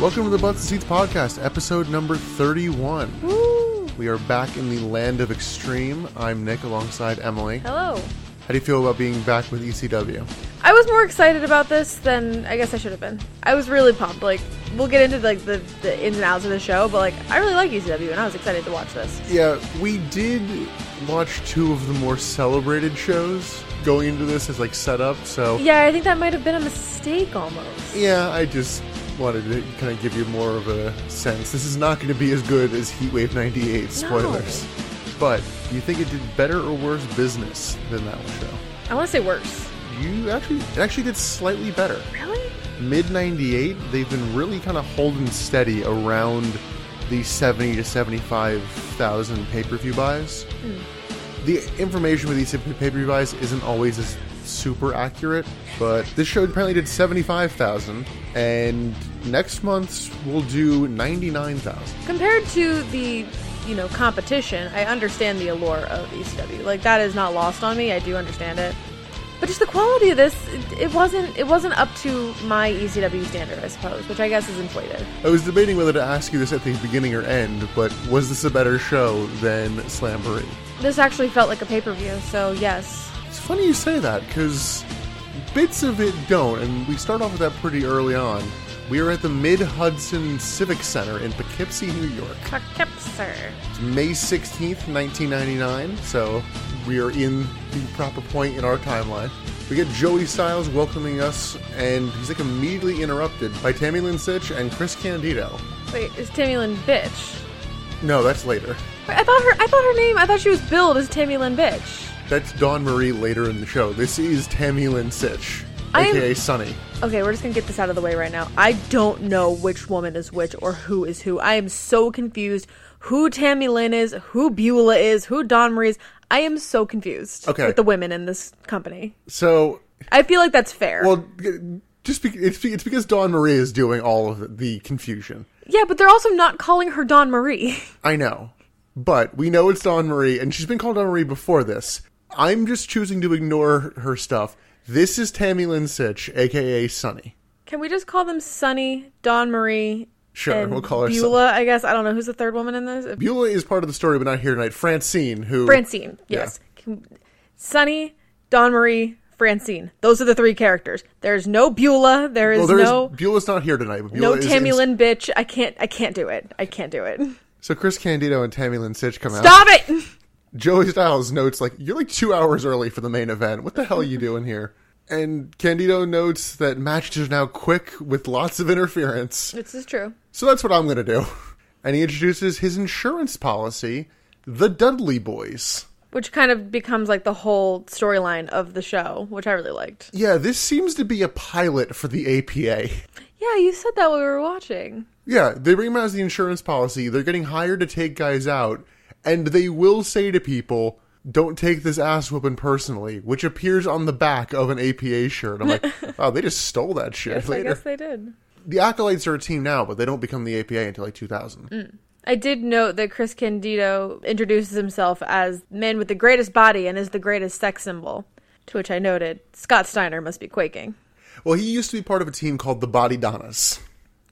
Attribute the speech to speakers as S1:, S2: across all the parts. S1: Welcome to the Butts and Seats podcast, episode number 31. We are back in the land of extreme. I'm Nick alongside Emily. How
S2: Hello.
S1: do you feel about being back with E ECW?
S2: I was more excited about this than I guess I should have been. I was really pumped. Like we'll get into like the, the ins and outs of the show, but like I really like ECW and I was excited to watch this.
S1: Yeah, we did watch two of the more celebrated shows going into this as like setup, so
S2: Yeah, I think that might have been a mistake almost.
S1: yeah, I just wanted to kind of give you more of a sense. This is not going to be as good as Heatwave 98 spoilers. But you think it did better or worse business than that show?
S2: I want to say worse.
S1: You actually it actually did slightly better.
S2: Really?
S1: Mid 98, they've been really kind of holding steady around the 70 to 75,000 pay-per-view buys. The information with these pay-per-view buys isn't always as super accurate, but this show apparently did 75,000 and next month's will do 99,000.
S2: Compared to the you know competition, I understand the allure of ECW. Like that is not lost on me. I do understand it. But just the quality of this, it, it wasn't it wasn't up to my ECW standard, I suppose, which I guess is inflated.
S1: I was debating whether to ask you this at the beginning or end, but was this a better show than Slamboree?
S2: This actually felt like a pay per view, so yes.
S1: It's funny you say that because bits of it don't, and we start off with that pretty early on. We are at the Mid Hudson Civic Center in Poughkeepsie, New York.
S2: Kakepser.
S1: It's May 16th, 1999, so we are in the proper point in our timeline. We get Joey Styles welcoming us, and he's like immediately interrupted by Tammy Lynn Sitch and Chris Candido.
S2: Wait, is Tammy Lynn bitch?
S1: No, that's later.
S2: Wait, I thought her. I thought her name. I thought she was billed as Tammy Lynn bitch.
S1: That's Dawn Marie later in the show. This is Tammy Lynn Sitch,
S2: I am-
S1: aka Sunny.
S2: Okay, we're just gonna get this out of the way right now. I don't know which woman is which or who is who. I am so confused. Who Tammy Lynn is? Who Beulah is? Who Don Marie is? I am so confused
S1: Okay.
S2: with the women in this company.
S1: So
S2: I feel like that's fair.
S1: Well, g- just be- it's, be- it's because Dawn Marie is doing all of the confusion.
S2: yeah, but they're also not calling her Don Marie.
S1: I know, but we know it's Dawn Marie, and she's been called Dawn Marie before this. I'm just choosing to ignore her stuff. This is Tammy Lynn Sitch, aka Sunny.
S2: Can we just call them Sunny, Don Marie?
S1: Sure,
S2: and
S1: we'll call her Sun-
S2: Beulah. I guess I don't know who's the third woman in this. If-
S1: Beulah is part of the story, but not here tonight. Francine, who
S2: Francine, yes. Can- Sunny, Don Marie, Francine. Those are the three characters. There's no Beulah. There is
S1: Well, there is
S2: no
S1: Beulah's not here tonight. But Beulah
S2: no
S1: is
S2: Tammy
S1: in-
S2: Lynn bitch. I can't. I can't do it. I can't do it.
S1: So Chris Candido and Tammy Lynn Sitch come out.
S2: Stop it.
S1: Joey Styles notes like you're like two hours early for the main event. What the hell are you doing here? And Candido notes that matches are now quick with lots of interference.
S2: This is true.
S1: So that's what I'm gonna do. And he introduces his insurance policy, the Dudley Boys.
S2: Which kind of becomes like the whole storyline of the show, which I really liked.
S1: Yeah, this seems to be a pilot for the APA.
S2: Yeah, you said that while we were watching.
S1: Yeah, they bring him out as the insurance policy. They're getting hired to take guys out, and they will say to people, "Don't take this ass whooping personally," which appears on the back of an APA shirt. I'm like, wow, they just stole that shit
S2: I
S1: later.
S2: guess they did.
S1: The acolytes are a team now, but they don't become the APA until like 2000.
S2: Mm. I did note that Chris Candido introduces himself as man with the greatest body and is the greatest sex symbol. To which I noted, Scott Steiner must be quaking.
S1: Well, he used to be part of a team called the Body Donnas.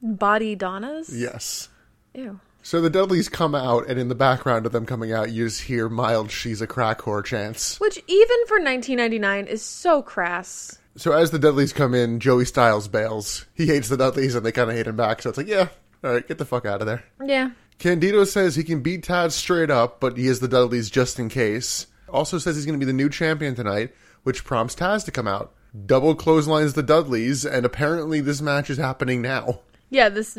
S2: Body Donnas?
S1: Yes.
S2: Ew.
S1: So the Dudleys come out, and in the background of them coming out, you just hear mild "She's a crack whore" chants.
S2: Which, even for 1999, is so crass.
S1: So as the Dudleys come in, Joey Styles bails. He hates the Dudleys and they kind of hate him back. So it's like, yeah, all right, get the fuck out of there.
S2: Yeah.
S1: Candido says he can beat Tad straight up, but he is the Dudleys just in case. Also says he's going to be the new champion tonight, which prompts Taz to come out. Double clotheslines the Dudleys, and apparently this match is happening now.
S2: Yeah, this.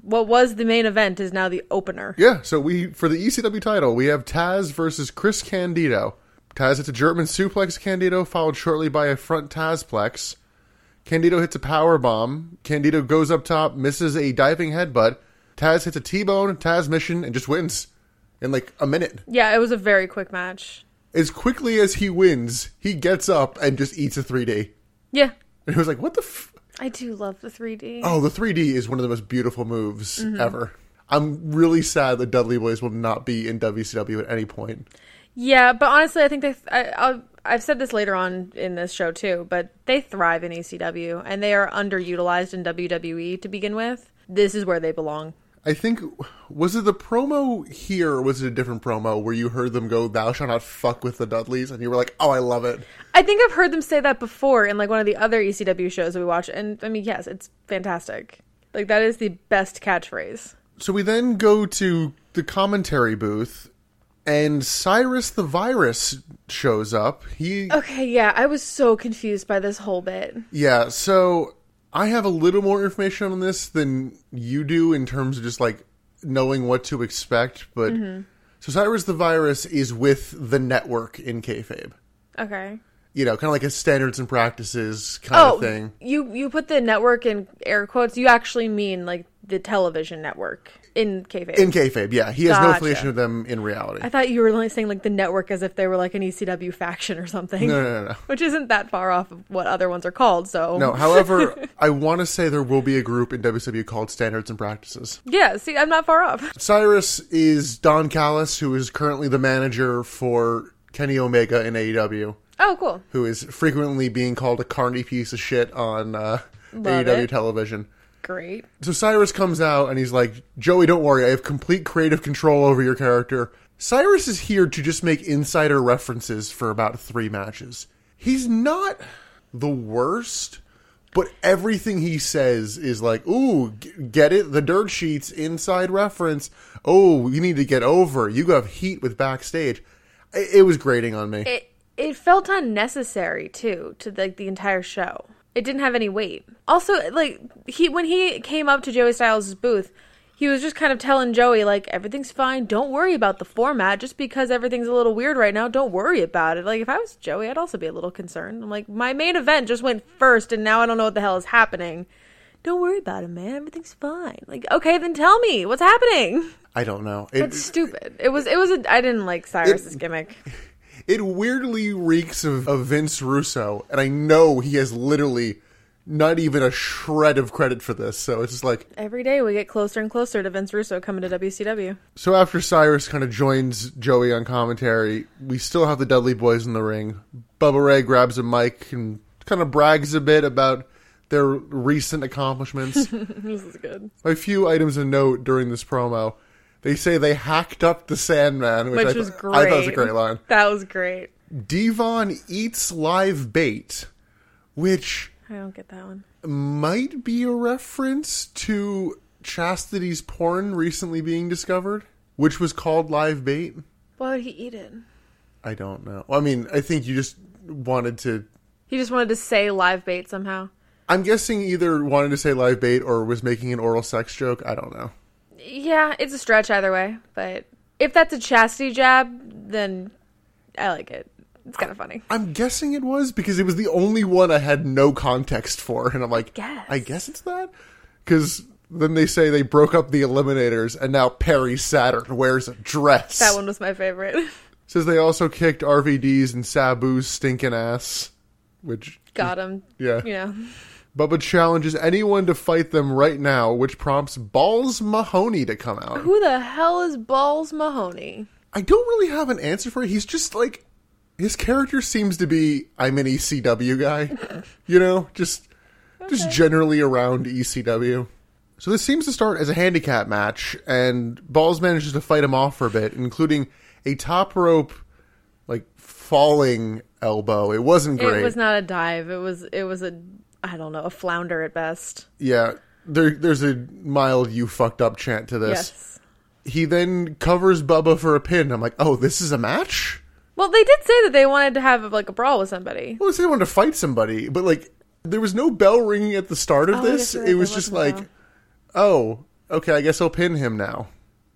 S2: What was the main event is now the opener.
S1: Yeah, so we for the ECW title, we have Taz versus Chris Candido. Taz hits a German suplex Candido, followed shortly by a front Tazplex. Candido hits a power bomb. Candido goes up top, misses a diving headbutt. Taz hits a T-bone, Taz mission, and just wins in like a minute.
S2: Yeah, it was a very quick match.
S1: as quickly as he wins, he gets up and just eats a 3D.
S2: Yeah,
S1: And it was like, what the f-
S2: I do love the 3D.
S1: Oh, the 3D is one of the most beautiful moves ever. I'm really sad that Dudley Boys will not be in WCW at any point.
S2: Yeah, but honestly, I think they. I, I'll, I've said this later on in this show too, but they thrive in ECW and they are underutilized in WWE to begin with. This is where they belong.
S1: I think was it the promo here or was it a different promo where you heard them go, Thou shalt not fuck with the Dudleys and you were like, Oh, I love it.
S2: I think I've heard them say that before in like one of the other ECW shows we watch, and I mean, yes, it's fantastic. Like that is the best catchphrase.
S1: So we then go to the commentary booth and Cyrus the Virus shows up. He
S2: Okay, yeah, I was so confused by this whole bit.
S1: Yeah, so I have a little more information on this than you do in terms of just like knowing what to expect, but so Cyrus the Virus is with the network in kayfabe.
S2: Okay.
S1: You know, kind of like a standards and practices kind
S2: Oh,
S1: of thing.
S2: you you put the network in air quotes. You actually mean like the television network in kayfabe.
S1: In kayfabe, yeah. He has no
S2: Gotcha.
S1: affiliation with them in reality.
S2: I thought you were only saying like the network as if they were like an ECW faction or something.
S1: no, no, no, no.
S2: Which isn't that far off of what other ones are called, so
S1: No, however, I want to say there will be a group in WCW called Standards and Practices.
S2: yeah, see I'm not far off.
S1: Cyrus is Don Callis, who is currently the manager for Kenny Omega in AEW.
S2: Oh, cool.
S1: who is frequently being called a carny piece of shit on uh,
S2: Love
S1: AEW
S2: it.
S1: television.
S2: Great.
S1: So Cyrus comes out and he's like, Joey, don't worry. I have complete creative control over your character. Cyrus is here to just make insider references for about three matches. He's not the worst, but everything he says is like, ooh, g- get it? The dirt sheets, inside reference. Oh, you need to get over. You have heat with backstage. It, it was grating on me.
S2: It it felt unnecessary too to like the entire show. It didn't have any weight. Also, like he when he came up to Joey Styles' booth, he was just kind of telling Joey like everything's fine. Don't worry about the format. Just because everything's a little weird right now, don't worry about it. Like if I was Joey, I'd also be a little concerned. I'm like my main event just went first, and now I don't know what the hell is happening. Don't worry about it, man. Everything's fine. Like okay, then tell me what's happening.
S1: I don't know. It,
S2: It's stupid. It was it was a I didn't like Cyrus's gimmick.
S1: It weirdly reeks of, of Vince Russo, and I know he has literally not even a shred of credit for this. So it's just like
S2: Every day we get closer and closer to Vince Russo coming to WCW.
S1: so after Cyrus kind of joins Joey on commentary, we still have the Dudley Boys in the ring. Bubba Ray grabs a mic and kind of brags a bit about their recent accomplishments.
S2: this is good.
S1: a few items of note during this promo. They say they hacked up the Sandman, which,
S2: Which
S1: I,
S2: was
S1: th-
S2: great.
S1: I thought was a great line.
S2: That was great.
S1: Devon eats live bait, which
S2: I don't get that one.
S1: might be a reference to Chastity's porn recently being discovered, which was called live bait.
S2: Why would he eat it?
S1: I don't know. I mean, I think you just wanted to.
S2: He just wanted to say live bait somehow.
S1: I'm guessing either wanted to say live bait or was making an oral sex joke. I don't know.
S2: Yeah, it's a stretch either way, but if that's a chastity jab, then I like it. It's kind of funny.
S1: I'm guessing it was because it was the only one I had no context for, and I'm like,
S2: Guess.
S1: I guess it's that because then they say they broke up the Eliminators, and now Perry Saturn wears a dress.
S2: That one was my favorite.
S1: Says they also kicked RVD's and Sabu's stinking ass, which
S2: Got him.
S1: Yeah.
S2: You know.
S1: Bubba challenges anyone to fight them right now, which prompts Balls Mahoney to come out.
S2: Who the hell is Balls Mahoney?
S1: I don't really have an answer for it. He's just like his character seems to be I'm an ECW guy, you know, just just generally around ECW. So this seems to start as a handicap match, and Balls manages to fight him off for a bit, including a top rope like falling elbow. It wasn't great.
S2: It was not a dive. It was it was a I don't know, a flounder at best.
S1: Yeah, there, there's a mild "you fucked up" chant to this.
S2: yes.
S1: He then covers Bubba for a pin. I'm like, oh, this is a match.
S2: Well, they did say that they wanted to have like a brawl with somebody.
S1: Well, they wanted to fight somebody, but like, there was no bell ringing at the start of
S2: Oh, I guess
S1: this.
S2: you're
S1: It
S2: right,
S1: was
S2: there
S1: just
S2: wasn't a
S1: like, oh, okay, I guess I'll pin him now.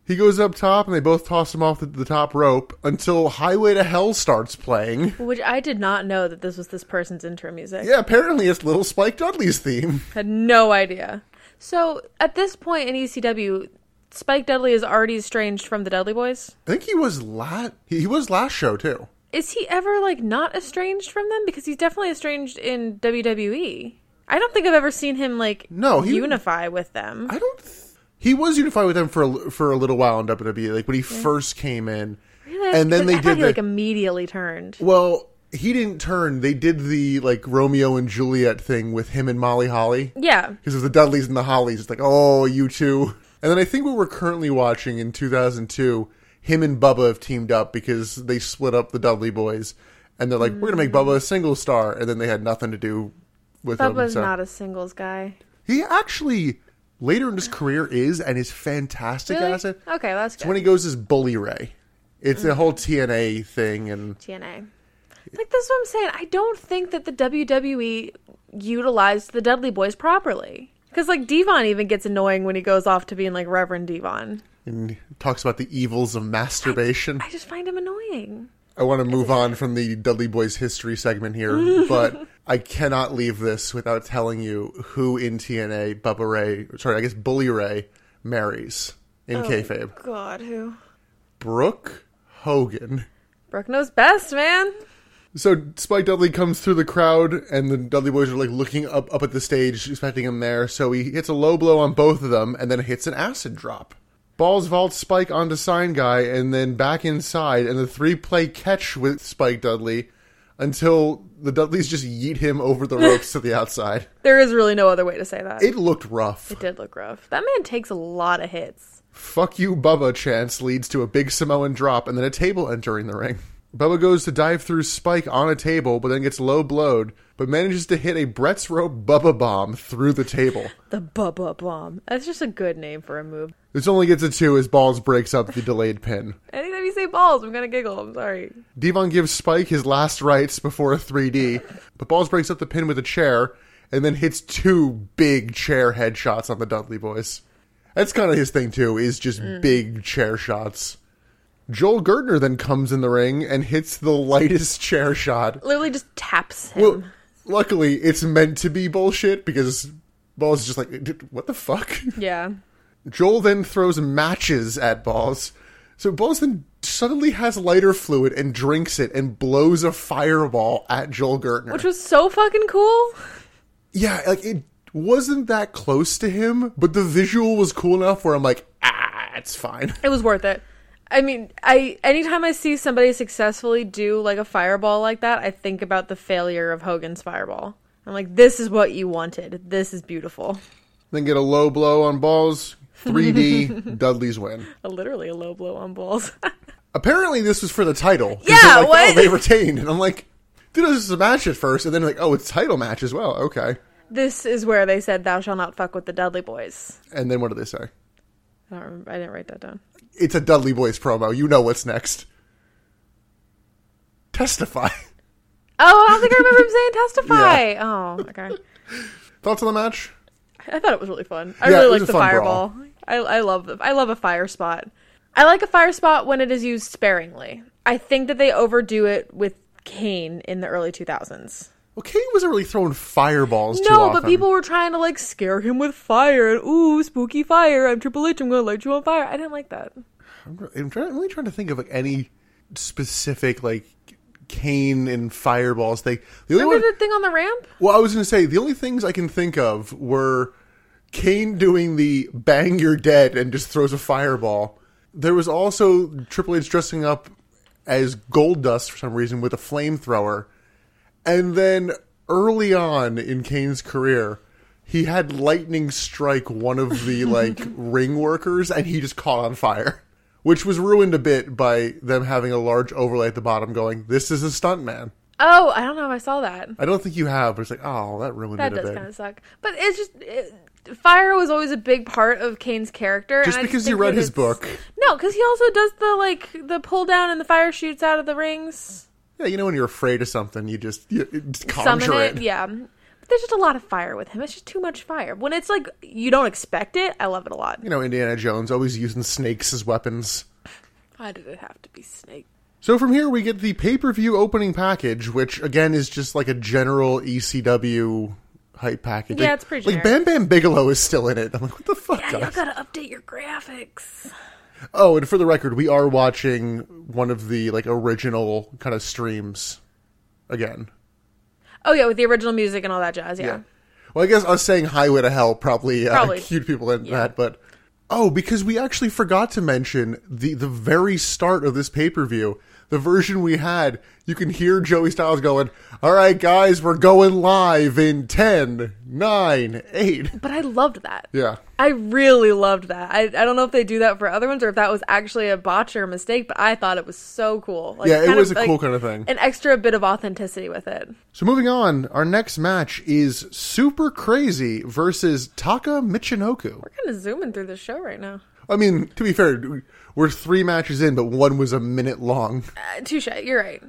S1: He goes up top, and they both toss him off the, the top rope until "Highway to Hell" starts playing.
S2: Which I did not know that this was this person's intro music.
S1: Yeah, apparently it's Little Spike Dudley's theme.
S2: Had no idea. So at this point in E ECW, Spike Dudley is already estranged from the Dudley Boys.
S1: I think he was lat. He, he was last show too.
S2: Is he ever like not estranged from them? Because he's definitely estranged in WWE. I don't think I've ever seen him like
S1: No, he-
S2: unify with them.
S1: I don't. Th- he was unified with them for a, li- for a little while in WWE, like when he first came in,
S2: Really?
S1: and then
S2: Because
S1: they
S2: I thought
S1: did
S2: he
S1: the,
S2: like immediately turned.
S1: well. He didn't turn. They did the like Romeo and Juliet thing with him and Molly Holly.
S2: Yeah,
S1: because of the Dudleys and the Hollies. It's like, oh, you two. And then I think what we're currently watching in 2002, him and Bubba have teamed up because they split up the Dudley boys, and they're like, we're gonna make Bubba a single star, and then they had nothing to do with him.
S2: Bubba's
S1: so-
S2: not a singles guy.
S1: he actually later in his career is and is fantastic
S2: Really?
S1: at it.
S2: Okay, that's good.
S1: When he goes as Bully Ray, it's
S2: Mm.
S1: a whole TNA thing, and
S2: TNA. Like that's what I'm saying. I don't think that the WWE utilized the Dudley Boys properly. Because like Devon even gets annoying when he goes off to being like Reverend Devon.
S1: and talks about the evils of masturbation.
S2: I just find him annoying.
S1: I want to move on from the Dudley Boys history segment here, but I cannot leave this without telling you who in TNA Bubba Ray, sorry, I guess Bully Ray marries in kayfabe.
S2: God, who?
S1: Brooke Hogan.
S2: Brooke knows best, man.
S1: So Spike Dudley comes through the crowd, and the Dudley Boys are like looking up up at the stage, expecting him there. So he hits a low blow on both of them, and then hits an acid drop. Balls vault Spike onto Sign Guy, and then back inside, and the three play catch with Spike Dudley until the Dudleys just yeet him over the ropes to the outside.
S2: There is really no other way to say that. It
S1: It looked rough.
S2: did look rough. That man takes a lot of hits.
S1: Fuck you, Bubba chance leads to a big Samoan drop and then a table entering the ring. Bubba goes to dive through Spike on a table, but then gets low blowed, but manages to hit a Brett's Rope Bubba bomb through the table.
S2: The Bubba Bomb. That's just a good name for a move.
S1: This only gets a two as Balls breaks up the delayed pin.
S2: Anytime you say balls, I'm gonna giggle. I'm sorry.
S1: Devon gives Spike his last rites before a 3D, but Balls breaks up the pin with a chair and then hits two big chair headshots on the Dudley boys. That's kind of his thing too, is just big chair shots. Joel Gertner then comes in the ring and hits the lightest chair shot.
S2: Literally just taps him.
S1: Well, luckily it's meant to be bullshit because Balls is just like, "Dude, what the fuck?
S2: yeah.
S1: Joel then throws matches at Balls. So Balls then suddenly has lighter fluid and drinks it and blows a fireball at Joel Gertner.
S2: Which was so fucking cool.
S1: yeah, like it wasn't that close to him, but the visual was cool enough where I'm like, ah, it's fine.
S2: It was worth it. I mean, I anytime I see somebody successfully do like a fireball like that, I think about the failure of Hogan's fireball. I'm like, this is what you wanted. This is beautiful.
S1: Then get a low blow on Balls. 3D Dudley's win.
S2: Literally a low blow on balls.
S1: Apparently, this was for the title. 'cause
S2: Yeah,
S1: they're like,
S2: what?
S1: Oh, they retained, and I'm like, dude, this is a match at first, and then like, oh, it's title match as well. Okay,
S2: this is where they said, "Thou shalt not fuck with the Dudley Boys."
S1: and then what do they say?
S2: I don't remember. I didn't write that down.
S1: it's a Dudley Boys promo. You know what's next. Testify.
S2: Oh, I don't think I remember him saying testify. Oh, okay.
S1: Thoughts on the match?
S2: I thought it was really fun. I
S1: Yeah, it
S2: really like
S1: was a
S2: the
S1: fun
S2: fireball. I, I love the, I love a fire spot. I like a fire spot when it is used sparingly. I think that they overdo it with Kane in the early 2000s.
S1: Well, Kane wasn't really throwing fireballs too
S2: No,
S1: often.
S2: but people were trying to like scare him with fire and ooh, spooky fire. I'm Triple H. I'm gonna light you on fire. I didn't like that.
S1: I'm, re- I'm try- I'm really trying to think of like any specific like Kane and fireballs thing. The only
S2: Remember
S1: one,
S2: the thing on the ramp?
S1: well, I was going to say the only things I can think of were Kane doing the bang you're dead and just throws a fireball. There was also Triple H dressing up as gold dust for some reason with a flamethrower. And then early on in Kane's career, he had lightning strike one of the like ring workers and he just caught on fire, which was ruined a bit by them having a large overlay at the bottom going, This is a stunt man.
S2: Oh, I don't know if I saw that.
S1: I don't think you have, but it's like, oh, that ruined
S2: That
S1: it a
S2: does
S1: bit.
S2: kind of suck. But it's just it, fire was always a big part of Kane's character.
S1: Just
S2: and I
S1: because you
S2: think
S1: read
S2: that
S1: his
S2: it's-
S1: book.
S2: No, because he also does the like the pull down and the fire shoots out of the rings.
S1: Yeah, you know when you're afraid of something, you just, you, you just
S2: Summon
S1: conjure
S2: it.
S1: it.
S2: yeah. But there's just a lot of fire with him. It's just too much fire. When it's like you don't expect it, I love it a lot.
S1: You know, Indiana Jones always using snakes as weapons.
S2: Why did it have to be Snake?
S1: So from here we get the pay-per-view opening package, which again is just like a general ECW hype package.
S2: Yeah,
S1: Like-
S2: it's pretty
S1: Like Bam Bam Bigelow is still in it. I'm like, what the fuck?
S2: Yeah, you
S1: guys?
S2: gotta update your graphics.
S1: Oh, and for the record, we are watching one of the like original kind of streams again.
S2: Oh yeah, with the original music and all that jazz. Yeah.
S1: Well, I guess us saying highway to hell probably, uh,
S2: Probably.
S1: cued people in that, but oh, because we actually forgot to mention the the very start of this pay per view, the version we had, you can hear Joey Styles going, "All right, guys, we're going live in ten, nine, eight.
S2: But I loved that.
S1: Yeah,
S2: I really loved that. I, I don't know if they do that for other ones or if that was actually a botch or a mistake, but I thought it was so cool. Like,
S1: Yeah, it
S2: kind
S1: was a cool kind of thing.
S2: An extra bit of authenticity with it.
S1: So moving on, our next match is Super Crazy versus Taka Michinoku.
S2: We're kind of zooming through the show right now.
S1: I mean, to be fair, we're three matches in, but one was a minute long.
S2: Uh, touche, you're right.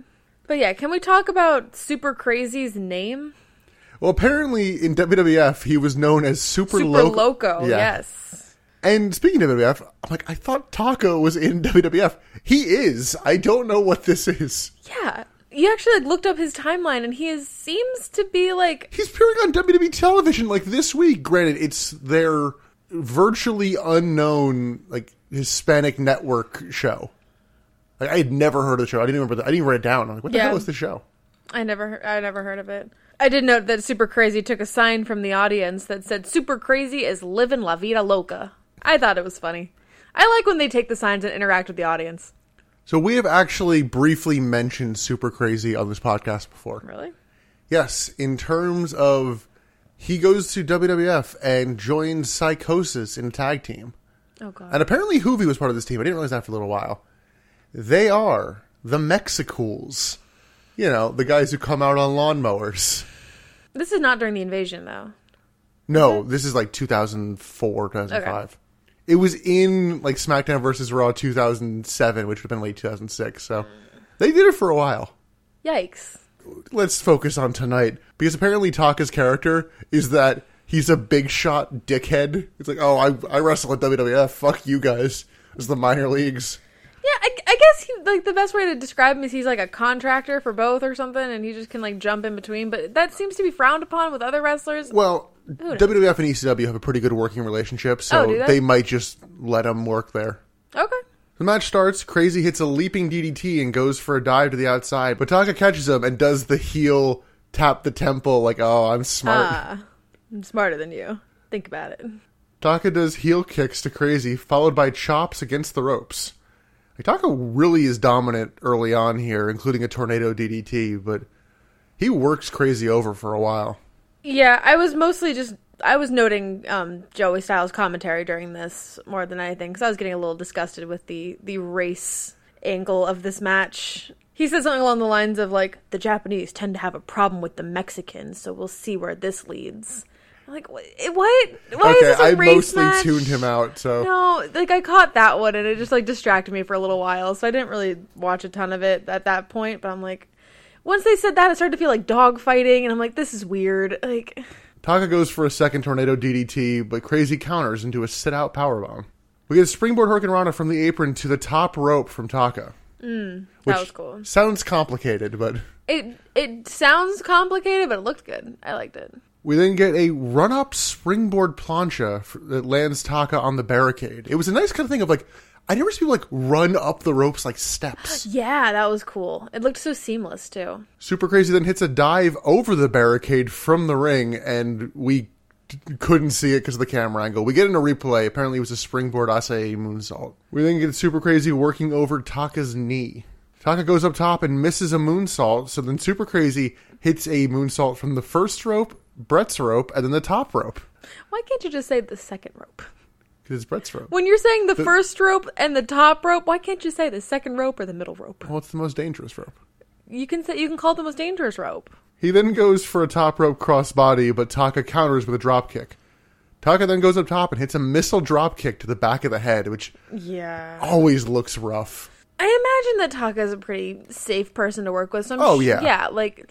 S2: But yeah, can we talk about Super Crazy's name?
S1: Well, apparently in WWF, he was known as Super,
S2: Super
S1: Loco.
S2: Loco,
S1: Yeah.
S2: yes.
S1: And speaking of WWF, I'm like, I thought Taka was in WWF. He is. I don't know what this is.
S2: Yeah. You actually like looked up his timeline and he is, seems to be like
S1: He's appearing on WWE television like this week. Granted, it's their virtually unknown like Hispanic network show. Like I had never heard of the show. I didn't remember. The, I didn't write it down. I'm like, what the
S2: Yeah.
S1: hell is the show?
S2: I never heard, I never heard of it. I did note that Super Crazy took a sign from the audience that said Super Crazy is living la vida loca. I thought it was funny. I like when they take the signs and interact with the audience.
S1: So we have actually briefly mentioned Super Crazy on this podcast before.
S2: Really?
S1: Yes, in terms of he goes to WWF and joins Psychosis in a tag team.
S2: Oh god.
S1: And apparently Hoovy was part of this team. I didn't realize that for a little while. They are the Mexicools. You know, the guys who come out on lawnmowers.
S2: This is not during the invasion though.
S1: No, this is like 2004, 2005. It was in like SmackDown versus Raw 2007, which would have been late 2006. So they did it for a while.
S2: Yikes.
S1: let's focus on tonight because apparently Taka's character is that he's a big shot dickhead. It's like, oh, I, I wrestle at WWF. Fuck you guys. It's the minor leagues.
S2: Yeah, I, I guess he, like the best way to describe him is he's like a contractor for both or something, and he just can like jump in between. But that seems to be frowned upon with other wrestlers.
S1: Well,
S2: knows?
S1: WWF and ECW have a pretty good working relationship,
S2: Oh,
S1: so
S2: do they?
S1: they might just let him work there.
S2: Okay,
S1: The match starts. Crazy hits a leaping DDT and goes for a dive to the outside. But Taka catches him and does the heel tap the temple like, oh, I'm smart.
S2: ah, I'm smarter than you. Think about it.
S1: Taka does heel kicks to Crazy, followed by chops against the ropes. Like, Taka really is dominant early on here, including a tornado DDT, but he works Crazy over for a while.
S2: Yeah, I was mostly just I was noting um, Joey Styles' commentary during this more than anything because I was getting a little disgusted with the the race angle of this match. He said something along the lines of like the Japanese tend to have a problem with the Mexicans, so we'll see where this leads. I'm Like what? What? Why is
S1: okay,
S2: this Oh, a
S1: I
S2: race
S1: mostly
S2: match?
S1: tuned him out, so
S2: No, like I caught that one and it just like distracted me for a little while, so I didn't really watch a ton of it at that point. But I'm like, once they said that, it started to feel like dog fighting, and I'm like, this is weird. Like,
S1: Taka goes for a second tornado DDT, but Crazy counters into a sit out powerbomb. We get a springboard hurricanrana from the apron to the top rope from Taka.
S2: Mm, that was cool.
S1: Sounds complicated, but
S2: It it sounds complicated, but it looked good. I liked it.
S1: We then get a run up springboard plancha f that lands Taka on the barricade. It was a nice kind of thing of like, I never see people like run up the ropes like steps.
S2: Yeah, that was cool. It looked so seamless too.
S1: Super Crazy then hits a dive over the barricade from the ring, and we d- couldn't see it because of the camera angle. We get in a replay. Apparently, it was a springboard Asai moonsault. We then get Super Crazy working over Taka's knee. Taka goes up top and misses a moonsault, so then Super Crazy hits a moonsault from the first rope, Brett's rope, and then the top rope.
S2: Why can't you just say the second rope?
S1: Because it's Brett's rope.
S2: When you're saying the, first rope and the top rope, why can't you say the second rope or the middle rope?
S1: Well, it's the most dangerous rope.
S2: You can say you can call it the most dangerous rope.
S1: He then goes for a top rope crossbody, but Taka counters with a dropkick. Taka then goes up top and hits a missile dropkick to the back of the head, which
S2: Yeah.
S1: always looks rough.
S2: I imagine that Taka's a pretty safe person to work with. So I'm
S1: Oh,
S2: sh-
S1: yeah.
S2: yeah. Like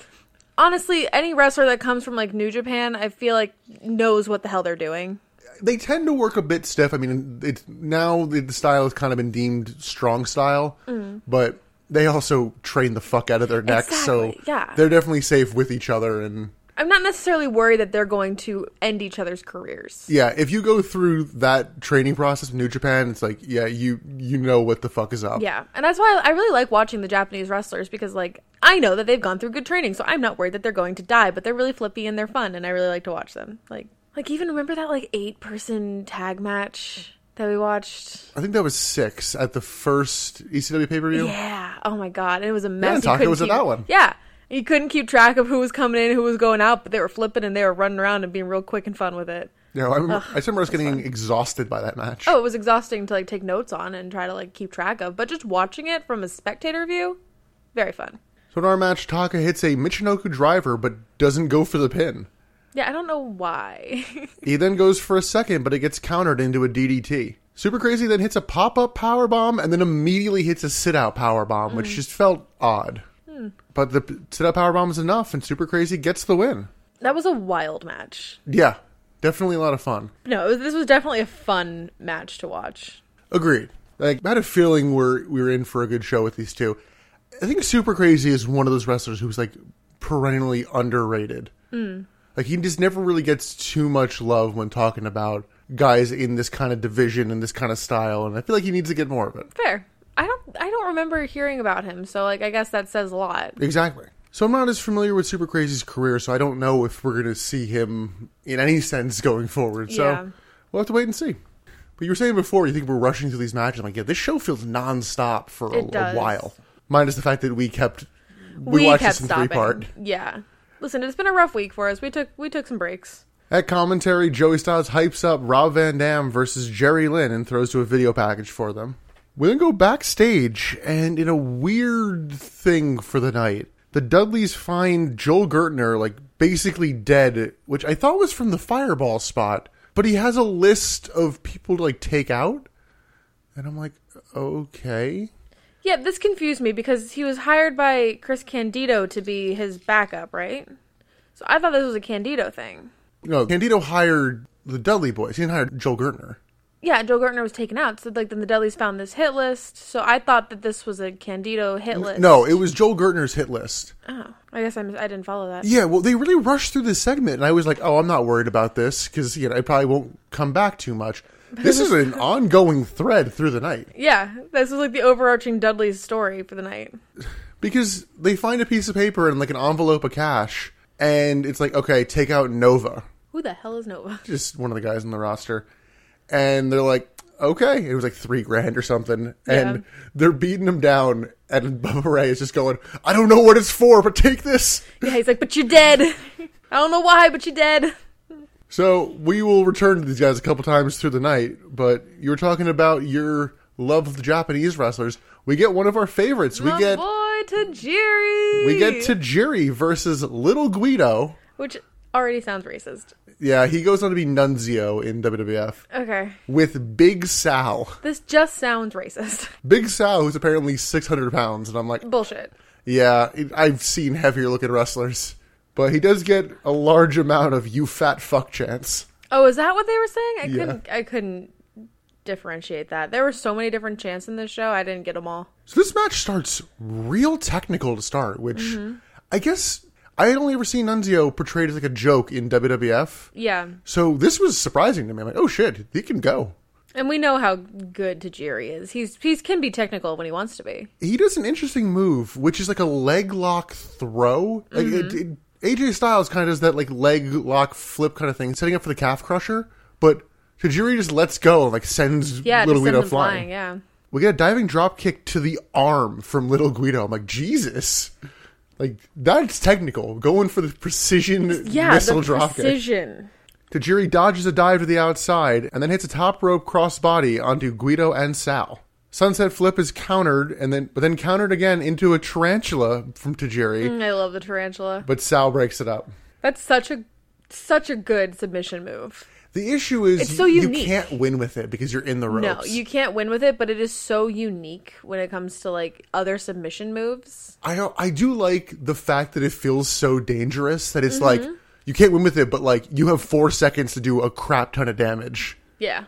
S2: honestly, any wrestler that comes from like New Japan, I feel like knows what the hell they're doing.
S1: They tend to work a bit stiff. I mean, it's now the the style has kind of been deemed strong style,
S2: Mm.
S1: but they also train the fuck out of their necks,
S2: Exactly,
S1: so
S2: yeah.
S1: they're definitely safe with each other. And
S2: I I'm not necessarily worried that they're going to end each other's careers.
S1: Yeah, if you go through that training process with New Japan, it's like, yeah, you you know what the fuck is up.
S2: Yeah, and that's why I really like watching the Japanese wrestlers because, like, I know that they've gone through good training, so I'm not worried that they're going to die. But they're really flippy and they're fun, and I really like to watch them. Like, like even remember that like eight person tag match that we watched?
S1: I think that was six at the first E ECW pay per view.
S2: Yeah. Oh my god, and it was a mess. You
S1: Taka
S2: couldn't
S1: was at
S2: keep-
S1: that one.
S2: Yeah, you couldn't keep track of who was coming in, who was going out, but they were flipping and they were running around and being real quick and fun with it.
S1: No, I remember, I just remember us getting exhausted by that match.
S2: Oh, it was exhausting to like take notes on and try to like keep track of, but just watching it from a spectator view, very fun.
S1: So in our match, Taka hits a Michinoku driver but doesn't go for the pin.
S2: Yeah, I don't know why.
S1: He then goes for a second, but it gets countered into a DDT. Super Crazy then hits a pop up power bomb and then immediately hits a sit out power bomb,
S2: Mm.
S1: which just felt odd.
S2: Hmm.
S1: But the sit out power bomb is enough, and Super Crazy gets the win.
S2: that was a wild match.
S1: Yeah, definitely a lot of fun.
S2: No, it was- this was definitely a fun match to watch.
S1: Agreed. Like, I had a feeling we're we were in for a good show with these two. I think Super Crazy is one of those wrestlers who's like perennially underrated. Like he just never really gets too much love when talking about guys in this kind of division and this kind of style, and I feel like he needs to get more of it.
S2: Fair. I don't I don't remember hearing about him, so like I guess that says a lot.
S1: Exactly. So I'm not as familiar with Super Crazy's career, so I don't know if we're going to see him in any sense going forward.
S2: Yeah.
S1: So we'll have to wait and see. But you were saying before you think we're rushing through these matches. I'm like, yeah, this show feels nonstop for
S2: It
S1: a, a
S2: does.
S1: while. Minus the fact that we kept we, watched this in three part.
S2: Yeah. Listen, it's been a rough week for us. We took we took some breaks.
S1: At commentary, Joey Styles hypes up Rob Van Dam versus Jerry Lynn and throws to a video package for them. We then go backstage, and in a weird thing for the night, the Dudleys find Joel Gertner like basically dead, which I thought was from the fireball spot, but he has a list of people to like take out, and I'm like, okay,
S2: Yeah, this confused me because he was hired by Chris Candido to be his backup, right? So I thought this was a Candido thing.
S1: no, Candido hired the Dudley boys. He didn't hire Joel Gertner.
S2: Yeah, Joe Gertner was taken out, so like then the Dudleys found this hit list. So I thought that this was a Candido hit list.
S1: No, it was Joel Gertner's hit list.
S2: Oh, I guess I, mis- I didn't follow that.
S1: Yeah, well, they really rushed through this segment, and I was like, "Oh, I'm not worried about this because you know I probably won't come back too much." This is an ongoing thread through the night
S2: Yeah, this was like the overarching Dudley's story for the night.
S1: because they find a piece of paper and like an envelope of cash, and it's like, "Okay, take out Nova,"
S2: Who the hell is Nova?
S1: just one of the guys on the roster, and they're like, "Okay," it was like three grand or something, and they're beating him down, and Bubba Ray is just going, "I don't know what it's for, but take this."
S2: Yeah, he's like, but you're dead. I don't know why, but you're dead.
S1: So we will return to these guys a couple times through the night, but you were talking about your love of the Japanese wrestlers. We get one of our favorites. We
S2: My
S1: get
S2: boy Tajiri.
S1: we get Tajiri versus Little Guido.
S2: which already sounds racist.
S1: Yeah, he goes on to be Nunzio in WWF
S2: Okay,
S1: with Big Sal.
S2: this just sounds racist.
S1: Big Sal, who's apparently six hundred pounds, and I'm like,
S2: Bullshit.
S1: yeah, it- I've seen heavier looking wrestlers, but he does get a large amount of "you fat fuck" chance.
S2: Oh, is that what they were saying? I
S1: Yeah.
S2: couldn't. I couldn't differentiate that. There were so many different chants in this show. I didn't get them all.
S1: So this match starts real technical to start, which I guess I had only ever seen Nunzio portrayed as like a joke in WWF.
S2: Yeah,
S1: So this was surprising to me. I'm like, oh shit, he can go.
S2: and we know how good Tajiri is. He's he's can be technical when he wants to be.
S1: He does an interesting move, which is like a leg lock throw. Like it, it, AJ Styles kind of does that like leg lock flip kind of thing, setting up for the calf crusher. But Tajiri just lets go and like sends
S2: Yeah,
S1: Little
S2: just send
S1: Guido
S2: them
S1: flying.
S2: flying. Yeah.
S1: We get a diving drop kick to the arm from Little Guido. I'm like, Jesus. Like, that's technical. Going for the precision
S2: Yeah,
S1: missile
S2: the
S1: drop kick.
S2: precision.
S1: Tajiri dodges a dive to the outside and then hits a top rope crossbody onto Guido and Sal. Sunset flip is countered and then but then countered again into a tarantula from Tajiri,
S2: Mm, I love the tarantula.
S1: but Sal breaks it up.
S2: That's such a such a good submission move.
S1: The issue is
S2: It's so
S1: you
S2: unique.
S1: can't win with it because you're in the ropes.
S2: No, you can't win with it, but it is so unique when it comes to like other submission moves.
S1: I I do like the fact that it feels so dangerous that it's like you can't win with it, but like you have four seconds to do a crap ton of damage.
S2: Yeah.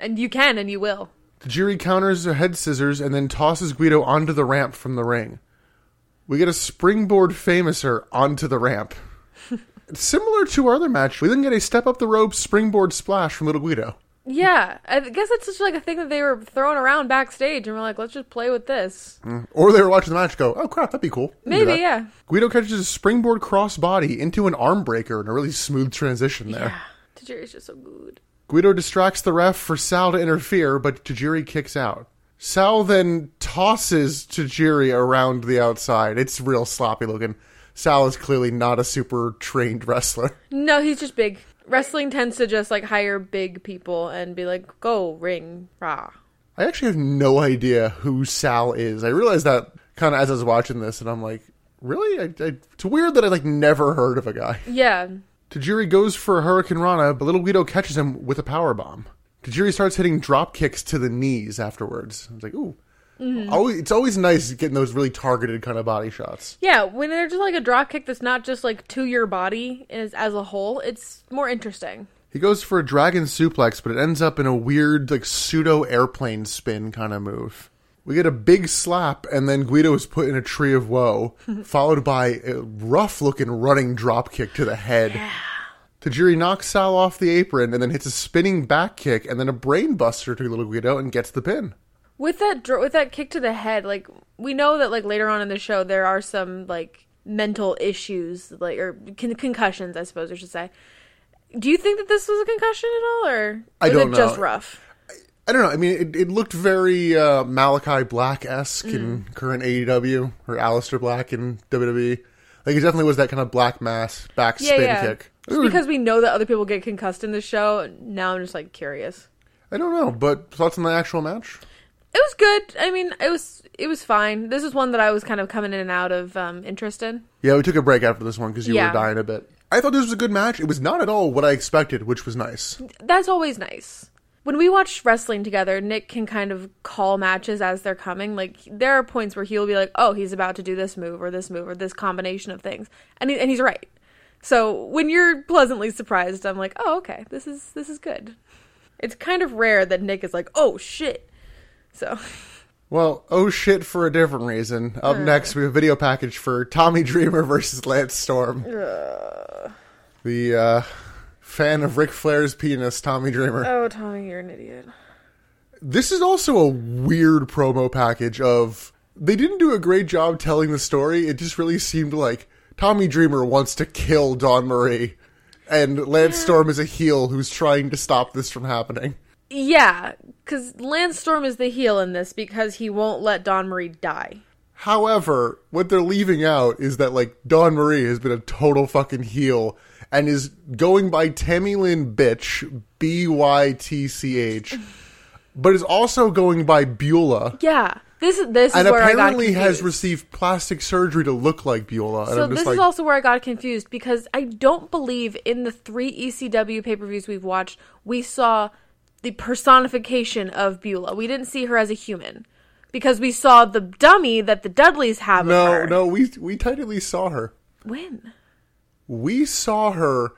S2: And you can and you will.
S1: Tajiri counters a head scissors and then tosses Guido onto the ramp from the ring. We get a springboard famouser onto the ramp. Similar to our other match, we didn't get a step up the rope springboard splash from Little Guido.
S2: Yeah, I guess that's just like a thing that they were throwing around backstage, and we're like, let's just play with this.
S1: Or they were watching the match and go, oh crap, that'd be cool. We can do
S2: Maybe,
S1: that."
S2: yeah.
S1: Guido catches a springboard crossbody into an arm breaker in a really smooth transition there.
S2: Tajiri's just so good.
S1: Guido distracts the ref for Sal to interfere, but Tajiri kicks out. Sal then tosses Tajiri around the outside. It's real sloppy looking. Sal is clearly not a super trained wrestler.
S2: No, he's just big. Wrestling tends to just like hire big people and be like, go ring rah.
S1: I actually have no idea who Sal is. I realized that kind of as I was watching this, and I'm like, really? I, I, it's weird that I like never heard of a guy.
S2: Yeah,
S1: Tajiri goes for a Hurricane Rana, but Little Guido catches him with a power bomb. Tajiri starts hitting drop kicks to the knees afterwards. I was like, ooh. Always, it's always nice getting those really targeted kind of body shots.
S2: yeah. When they're just like a drop kick that's not just like to your body is as a whole, it's more interesting.
S1: He goes for a dragon suplex, but it ends up in a weird, like, pseudo airplane spin kind of move. We get a big slap, and then Guido is put in a tree of woe, followed by a rough looking running drop kick to the head. Tajiri knocks Sal off the apron and then hits a spinning back kick and then a brainbuster to Little Guido and gets the pin.
S2: With that dr- with that kick to the head, like we know that like later on in the show there are some like mental issues, like or con- concussions, I suppose I should say. Do you think that this was a concussion at all, or
S1: I
S2: was
S1: don't
S2: it just
S1: know.
S2: rough?
S1: I don't know. I mean, it, it looked very uh, Malachi Black esque in
S2: Mm.
S1: current AEW or Aleister Black in WWE. Like, it definitely was that kind of black mass back
S2: Yeah,
S1: spin
S2: yeah.
S1: kick.
S2: Just because we know that other people get concussed in the show, now I'm just like curious.
S1: I don't know, but thoughts on the actual match?
S2: It was good. I mean, it was it was fine. This is one that I was kind of coming in and out of um, interest in.
S1: Yeah, we took a break after this one because you
S2: Yeah.
S1: were dying a bit. I thought this was a good match. It was not at all what I expected, which was nice.
S2: That's always nice. When we watch wrestling together, Nick can kind of call matches as they're coming. Like there are points where he'll be like, "Oh, he's about to do this move or this move or this combination of things," and he, and he's right. So when you're pleasantly surprised, I'm like, "Oh, okay, this is this is good." It's kind of rare that Nick is like, "Oh shit," so.
S1: Well, oh shit for a different reason. Up next, we have a video package for Tommy Dreamer versus Lance Storm. The uh, fan of Ric Flair's penis, Tommy Dreamer.
S2: Oh, Tommy, you're an idiot.
S1: This is also a weird promo package of they didn't do a great job telling the story. It just really seemed like Tommy Dreamer wants to kill Don Marie and Lance Storm is a heel who's trying to stop this from happening.
S2: Yeah, because Lance Storm is the heel in this because he won't let Don Marie die.
S1: However, what they're leaving out is that like Don Marie has been a total fucking heel and is going by Tammy Lynn Bitch, B Y T C H, but is also going by Beulah.
S2: Yeah, this is this is
S1: and
S2: where I got
S1: apparently
S2: confused.
S1: has received plastic surgery to look like Beulah. and
S2: so
S1: I'm
S2: this
S1: just like,
S2: is also where I got confused because I don't believe in the three E ECW pay per views we've watched we saw the personification of Beulah. We didn't see her as a human because we saw the dummy that the Dudleys have.
S1: no,
S2: of her.
S1: no, we we technically saw her.
S2: When?
S1: We saw her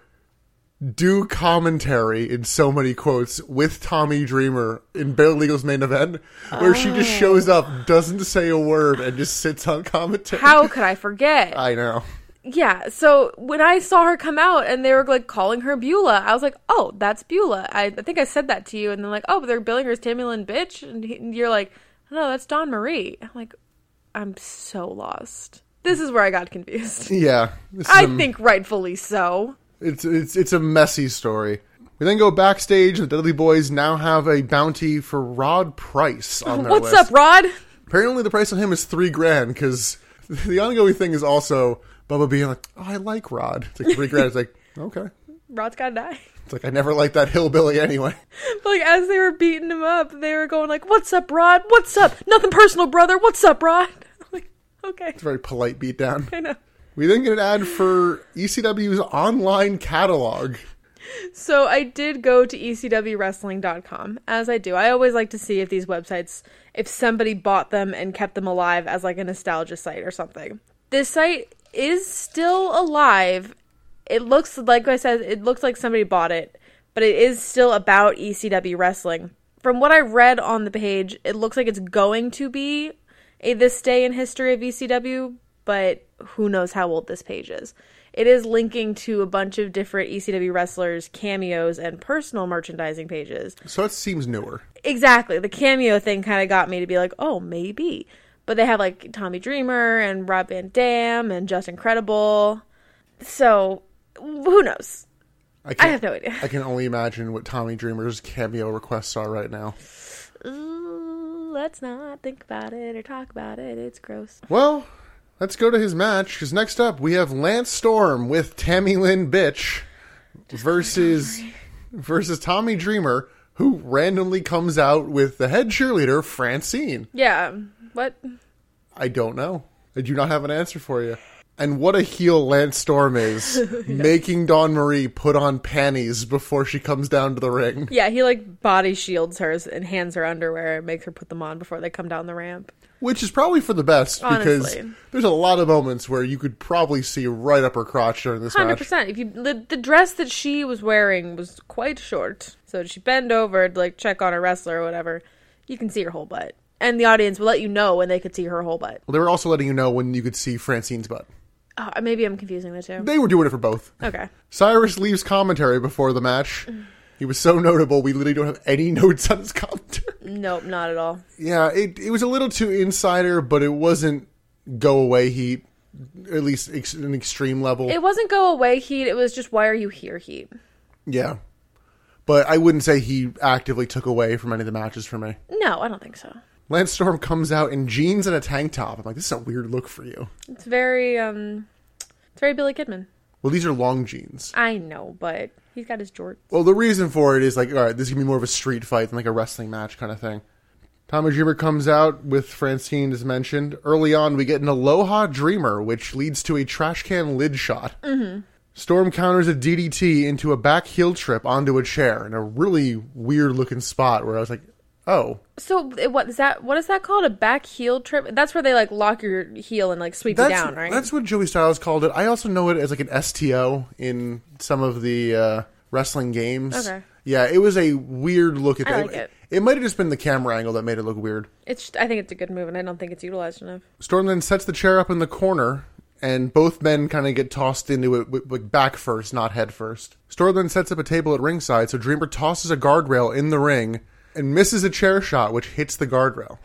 S1: do commentary in so many quotes with Tommy Dreamer in Bear Legal's main event, where she just
S2: Oh.
S1: shows up, doesn't say a word, and just sits on commentary.
S2: How could I forget?
S1: I know.
S2: Yeah, so when I saw her come out and they were like calling her Beulah, I was like, "Oh, that's Beulah." I, I think I said that to you, and then like, "Oh, but they're billing her as Tammy Lynn bitch," and, he, and you're like, "No, that's Don Marie." I'm like, "I'm so lost." This is where I got confused.
S1: Yeah, this is
S2: I
S1: a-
S2: think rightfully so.
S1: It's it's it's a messy story. We then go backstage. The Dudley Boys now have a bounty for Rod Price on their
S2: What's
S1: list.
S2: up, Rod?
S1: Apparently, the price on him is three grand because the ongoing thing is also Bubba being like, "Oh, I like Rod." It's like three grand. It's like okay.
S2: Rod's gotta die.
S1: It's like I never liked that hillbilly anyway.
S2: But, like as they were beating him up, they were going like, "What's up, Rod? What's up? Nothing personal, brother. What's up, Rod?" I'm like, okay,
S1: It's a very polite beatdown.
S2: I know.
S1: We then get an ad for ECW's online catalog.
S2: So I did go to E ecwwrestling.com as I do. I always like to see if these websites if somebody bought them and kept them alive as like a nostalgia site or something. This site is still alive. It looks like I said it looks like somebody bought it, but it is still about ECW wrestling. From what I read on the page, it looks like it's going to be a this day in history of ECW, E but who knows how old this page is. It is linking to a bunch of different ECW wrestlers' cameos and personal merchandising pages.
S1: So it seems newer.
S2: Exactly. The cameo thing kind of got me to be like, oh, maybe. But they have like Tommy Dreamer and Rob Van Dam and Just Incredible. So who knows?
S1: I,
S2: I
S1: can't,
S2: have no idea.
S1: I can only imagine what Tommy Dreamer's cameo requests are right now.
S2: Ooh, let's not think about it or talk about it. It's gross.
S1: Well, let's go to his match because next up we have Lance Storm with Tammy Lynn Bitch versus versus Tommy Dreamer, who randomly comes out with the head cheerleader Francine.
S2: Yeah. What?
S1: I don't know. I do not have an answer for you. And what a heel Lance Storm is, making Dawn Marie put on panties before she comes down to the ring.
S2: Yeah, he like body shields her and hands her underwear and makes her put them on before they come down the ramp.
S1: Which is probably for the best because
S2: Honestly.
S1: there's a lot of moments where you could probably see right up her crotch during this
S2: Hundred
S1: match.
S2: percent. If you the, the dress that she was wearing was quite short, so she bend over to like check on a wrestler or whatever, you can see her whole butt, and the audience will let you know when they could see her whole butt.
S1: Well, they were also letting you know when you could see Francine's butt.
S2: Oh, maybe I'm confusing the two.
S1: They were doing it for both.
S2: Okay.
S1: Cyrus leaves commentary before the match. He was so notable, we literally don't have any notes on his commentary.
S2: Nope, not at all.
S1: Yeah, it, it was a little too insider, but it wasn't go away heat, at least ex- an extreme level.
S2: It wasn't go away heat. It was just why are you here heat.
S1: yeah. But I wouldn't say he actively took away from any of the matches for me.
S2: No, I don't think so.
S1: Lance Storm comes out in jeans and a tank top. I'm like, this is a weird look for you.
S2: It's very um, it's very Billy Kidman.
S1: Well, these are long jeans.
S2: I know, but he's got his jorts.
S1: Well, the reason for it is like, all right, this is gonna be more of a street fight than like a wrestling match kind of thing. Tommy Dreamer comes out with Francine, as mentioned. Early on, we get an Aloha Dreamer, which leads to a trash can lid shot. Mm-hmm. Storm counters a DDT into a back heel trip onto a chair in a really weird looking spot where I was like, oh,
S2: So it- what is that? What is that called? A back heel trip? That's where they like lock your heel and like sweep
S1: that's,
S2: you down, right?
S1: that's what Joey Styles called it. I also know it as like an STO in some of the uh, wrestling games.
S2: Okay.
S1: Yeah, it was a weird look at
S2: I
S1: that.
S2: like it.
S1: it might have just been the camera angle that made it look weird.
S2: It's. Just, I think it's a good move, and I don't think it's utilized enough.
S1: Storm then sets the chair up in the corner, and both men kind of get tossed into it with, with back first, not head first. Storm then sets up a table at ringside, so Dreamer tosses a guardrail in the ring and misses a chair shot, which hits the guardrail.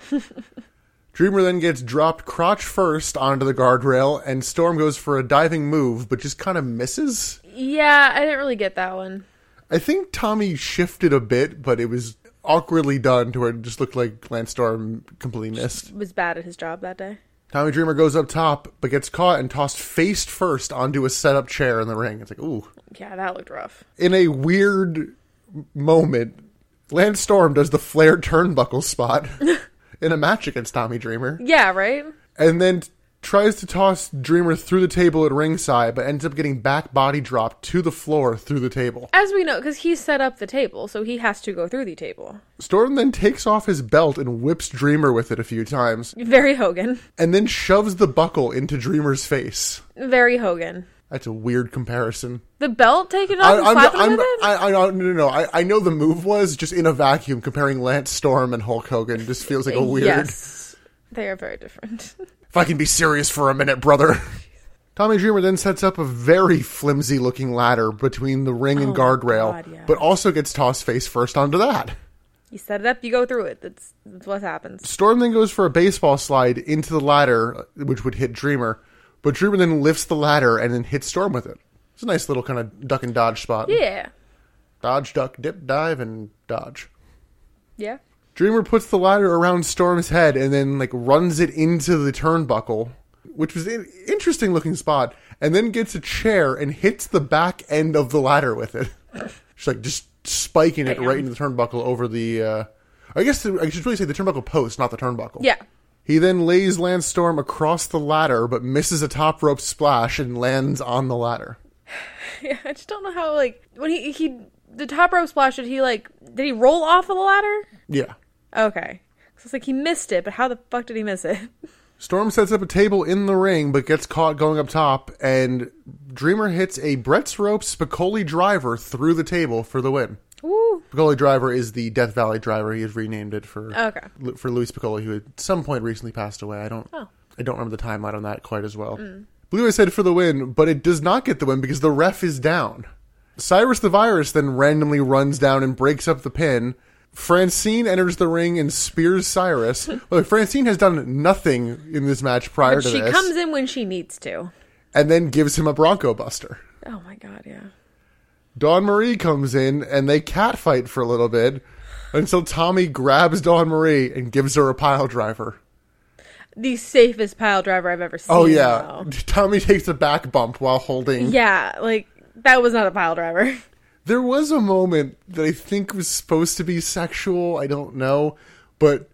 S1: Dreamer then gets dropped crotch first onto the guardrail, and Storm goes for a diving move, but just kind of misses.
S2: Yeah, I didn't really get that one.
S1: I think Tommy shifted a bit, but it was awkwardly done to where it just looked like Lance Storm completely missed.
S2: Was bad at his job that day.
S1: Tommy Dreamer goes up top, but gets caught and tossed face first onto a setup chair in the ring. It's like, ooh.
S2: Yeah, that looked rough.
S1: In a weird moment, Lance Storm does the flare turnbuckle spot in a match against Tommy Dreamer,
S2: Yeah, right.
S1: and then t- tries to toss Dreamer through the table at ringside, but ends up getting back body dropped to the floor through the table.
S2: As we know, because he set up the table, so he has to go through the table.
S1: Storm then takes off his belt and whips Dreamer with it a few times,
S2: Very Hogan.
S1: and then shoves the buckle into Dreamer's face.
S2: Very Hogan.
S1: That's a weird comparison.
S2: The belt taken off
S1: I,
S2: and
S1: I'm,
S2: slapping him
S1: I'm,
S2: with it.
S1: I, I, no, no, no. I, I know the move was just in a vacuum comparing Lance Storm and Hulk Hogan. Just feels like a weird.
S2: Yes, they are very different.
S1: If I can be serious for a minute, brother. Tommy Dreamer then sets up a very flimsy looking ladder between the ring and
S2: my
S1: guardrail,
S2: God, yeah.
S1: but also gets tossed face first onto that.
S2: you set it up, you go through it. That's, that's what happens.
S1: Storm then goes for a baseball slide into the ladder, uh, which would hit Dreamer, but Dreamer then lifts the ladder and then hits Storm with it. It's a nice little kind of duck and dodge spot.
S2: Yeah.
S1: Dodge, duck, dip, dive, and dodge.
S2: Yeah.
S1: Dreamer puts the ladder around Storm's head and then like runs it into the turnbuckle, which was an interesting looking spot, and then gets a chair and hits the back end of the ladder with it. She's like just spiking it
S2: Damn.
S1: right into the turnbuckle over the uh I guess the, I should really say the turnbuckle post, not the turnbuckle.
S2: Yeah.
S1: He then lays Lance Storm across the ladder but misses a top rope splash and lands on the ladder.
S2: Yeah, I just don't know how like when he he the top rope splash did he like did he roll off of the ladder?
S1: Yeah.
S2: Okay, so it's like he missed it, but how the fuck did he miss it?
S1: Storm sets up a table in the ring, but gets caught going up top, and Dreamer hits a Brett's rope Spicoli driver through the table for the win.
S2: Woo.
S1: Spicoli driver is the Death Valley driver. He has renamed it for
S2: Oh, Okay.
S1: Lu- for Louis Spicoli, who at some point recently passed away. I don't
S2: Oh. Mm.
S1: I don't remember the timeline on that quite as well. Blue Eyes Said for the win, but it does not get the win because the ref is down. Cyrus the Virus then randomly runs down and breaks up the pin. Francine enters the ring and spears Cyrus. well, Francine has done nothing in this match prior
S2: But
S1: to
S2: she
S1: this,
S2: comes in when she needs to.
S1: and then gives him a Bronco Buster.
S2: Oh my god, yeah.
S1: Dawn Marie comes in and they catfight for a little bit until Tommy grabs Dawn Marie and gives her a pile driver.
S2: The safest pile driver I've ever seen.
S1: Oh yeah,
S2: though.
S1: Tommy takes a back bump while holding.
S2: Yeah, like that was not a pile driver.
S1: There was a moment that I think was supposed to be sexual. I don't know, but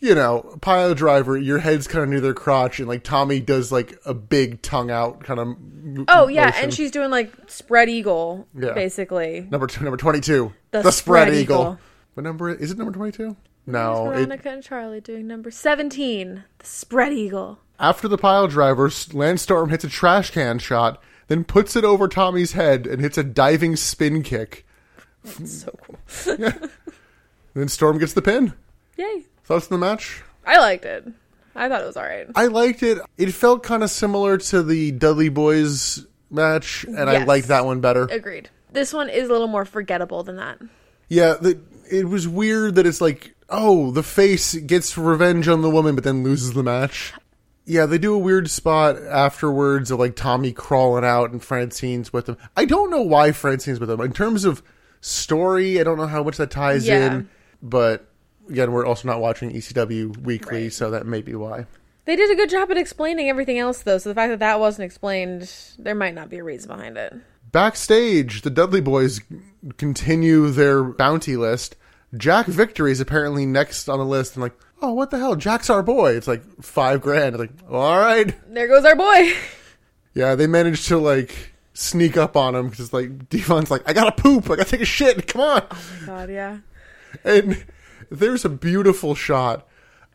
S1: you know, pile driver, your head's kind of near their crotch, and like Tommy does like a big tongue out kind of.
S2: Oh yeah, and she's doing like spread eagle,
S1: Yeah.
S2: basically.
S1: number two, number twenty-two, the,
S2: The
S1: spread,
S2: spread
S1: eagle.
S2: eagle.
S1: What number is it? Number twenty-two? No, it-
S2: Veronica and Charlie doing number seventeen, the spread eagle.
S1: After the pile driver, Landstorm hits a trash can shot, then puts it over Tommy's head and hits a diving spin kick.
S2: So cool.
S1: Then Storm gets the pin.
S2: Yay!
S1: Thoughts on the match?
S2: I liked it. I thought it was alright.
S1: I liked it. It felt kind of similar to the Dudley Boys match, and I
S2: Yes.
S1: liked that one better.
S2: Agreed. This one is a little more forgettable than that.
S1: Yeah, the, it was weird that it's like, oh, the face gets revenge on the woman, but then loses the match. Yeah, they do a weird spot afterwards of like Tommy crawling out and Francine's with them. I don't know why Francine's with them. In terms of story, I don't know how much that ties
S2: Yeah.
S1: in, but again, we're also not watching ECW weekly, so that may be why.
S2: They did a good job at explaining everything else, though. So the fact that that wasn't explained, there might not be a reason behind it.
S1: Backstage, the Dudley boys continue their bounty list. Jack Victory is apparently next on the list. And like, oh, what the hell? Jack's our boy. It's like five grand. It's like, all right.
S2: There goes our boy.
S1: Yeah, they managed to like sneak up on him because like Devon's like, I gotta poop. I gotta take a shit. Come on.
S2: God, yeah.
S1: And there's a beautiful shot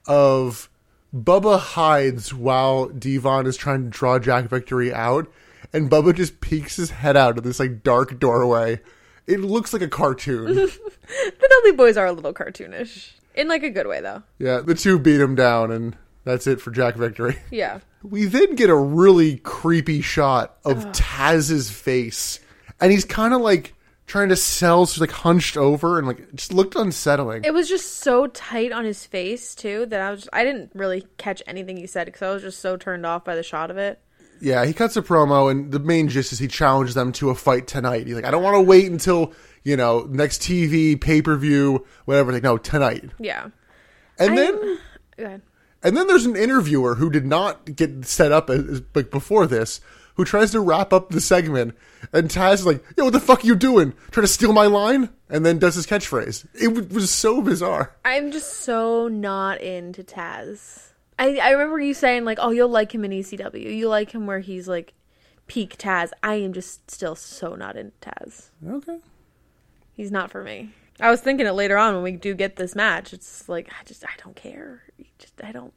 S1: of Bubba hides while Devon is trying to draw Jack Victory out, and Bubba just peeks his head out of this like dark doorway. It looks like a cartoon.
S2: The Dudley boys are a little cartoonish. In like a good way though.
S1: yeah, the two beat him down, and that's it for Jack Victory.
S2: Yeah.
S1: We then get a really creepy shot of Taz's face, and he's kind of like trying to sell, so he's like hunched over, and like it just looked unsettling.
S2: It was just so tight on his face too that I was I didn't really catch anything he said because I was just so turned off by the shot of it.
S1: Yeah, he cuts a promo, and the main gist is he challenged them to a fight tonight. He's like, I don't want to wait until you know next TV pay per view, whatever. Like, no, tonight.
S2: Yeah.
S1: And then,
S2: I'm- Go ahead.
S1: and then there's an interviewer who did not get set up as, as- like before this, who tries to wrap up the segment, and Taz is like, Yo, what the fuck are you doing? Trying to steal my line? And then does his catchphrase. It w- was so bizarre.
S2: I'm just so not into Taz. I, I remember you saying like, "Oh, you'll like him in ECW. You like him where he's like peak Taz." I am just still so not into Taz.
S1: Okay.
S2: He's not for me. I was thinking it later on when we do get this match. It's like I just I don't care. You Just I don't.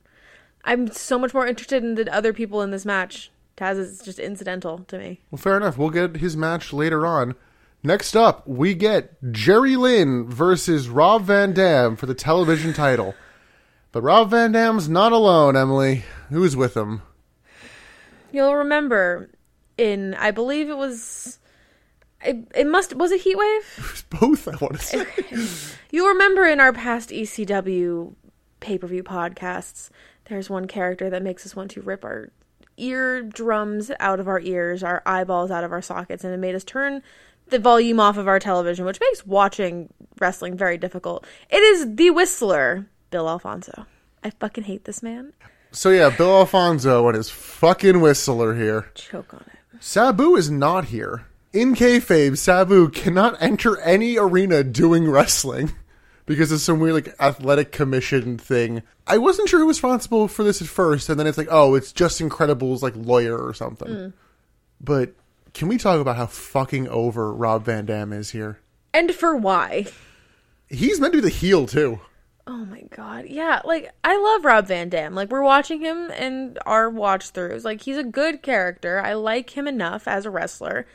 S2: I'm so much more interested in the other people in this match. Taz is just incidental to me.
S1: Well, fair enough. We'll get his match later on. Next up, we get Jerry Lynn versus Rob Van Dam for the television title. But Rob Van Dam's not alone, Emily. Who's with him?
S2: You'll remember in I believe it was it, it must was it Heatwave?
S1: It's both, I want to say.
S2: You remember in our past ECW pay-per-view podcasts, there's one character that makes us want to rip our eardrums out of our ears, our eyeballs out of our sockets, and it made us turn the volume off of our television, which makes watching wrestling very difficult. It is the Whistler, Bill Alfonso. I fucking hate this man.
S1: So, yeah, Bill Alfonso and his fucking whistler here.
S2: Choke on it.
S1: Sabu is not here. In kayfabe, Sabu cannot enter any arena doing wrestling because of some weird like athletic commission thing. I wasn't sure who was responsible for this at first, and then it's like, oh, it's just Incredible's like lawyer or something. But can we talk about how fucking over Rob Van Dam is here?
S2: And for why?
S1: He's meant to be the heel too.
S2: Oh my god. Yeah, like I love Rob Van Dam. Like we're watching him in our watch throughs. Like he's a good character. I like him enough as a wrestler.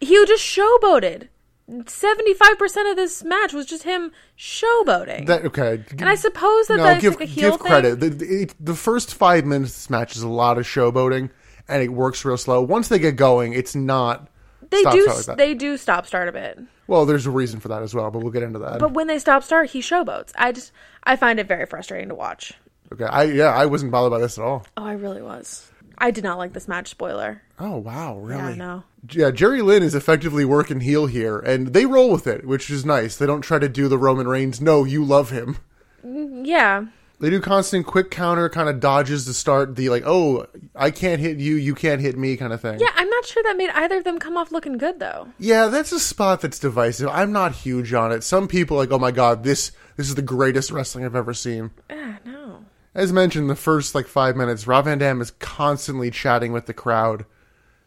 S2: He was just showboated. 75% of this match was just him showboating.
S1: That okay?
S2: and I suppose that
S1: no,
S2: that's
S1: give
S2: like a heel
S1: give
S2: thing.
S1: credit. The, the, the first five minutes of this match is a lot of showboating, and it works real slow. Once they get going, it's not.
S2: They
S1: stop,
S2: do
S1: start like that.
S2: they do stop start a bit.
S1: well, there's a reason for that as well, but we'll get into that.
S2: But when they stop start, he showboats. I just I find it very frustrating to watch.
S1: okay, I yeah, I wasn't bothered by this at all.
S2: Oh, I really was. I did not like this match. Spoiler.
S1: Oh wow, really?
S2: Yeah, I know.
S1: Yeah, Jerry Lynn is effectively working heel here, and they roll with it, which is nice. They don't try to do the Roman Reigns. No, you love him.
S2: Yeah,
S1: They do constant quick counter kind of dodges to start the like, oh, I can't hit you, you can't hit me kind of thing.
S2: yeah. I'm not sure that made either of them come off looking good though.
S1: Yeah, that's a spot that's divisive. I'm not huge on it. Some people are like, oh my god, this this is the greatest wrestling I've ever seen.
S2: Ah, no.
S1: As mentioned, the first like five minutes, Rob Van Dam is constantly chatting with the crowd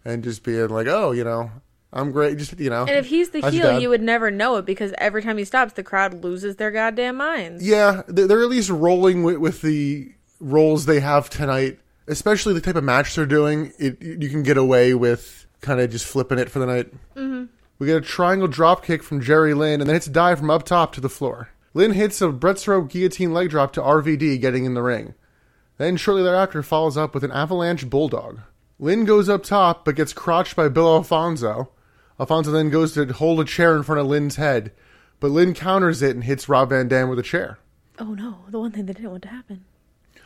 S1: and just being like, oh, you know, I'm great. Just you know,
S2: And if he's the
S1: how's your
S2: heel,
S1: dad?
S2: you would never know it because every time he stops, the crowd loses their goddamn minds.
S1: Yeah, they- they're at least rolling with, with the roles they have tonight, especially the type of match they're doing. It you can get away with kind of just flipping it for the night. Mm-hmm. We get a triangle drop kick from Jerry Lynn, and then it's a dive from up top to the floor. Lynn hits a Bretzero guillotine leg drop to RVD, getting in the ring. Then shortly thereafter follows up with an avalanche bulldog. Lynn goes up top but gets crotched by Bill Alfonso. Alfonso then goes to hold a chair in front of Lynn's head, but Lynn counters it and hits Rob Van Dam with a chair.
S2: Oh no, the one thing they didn't want to happen.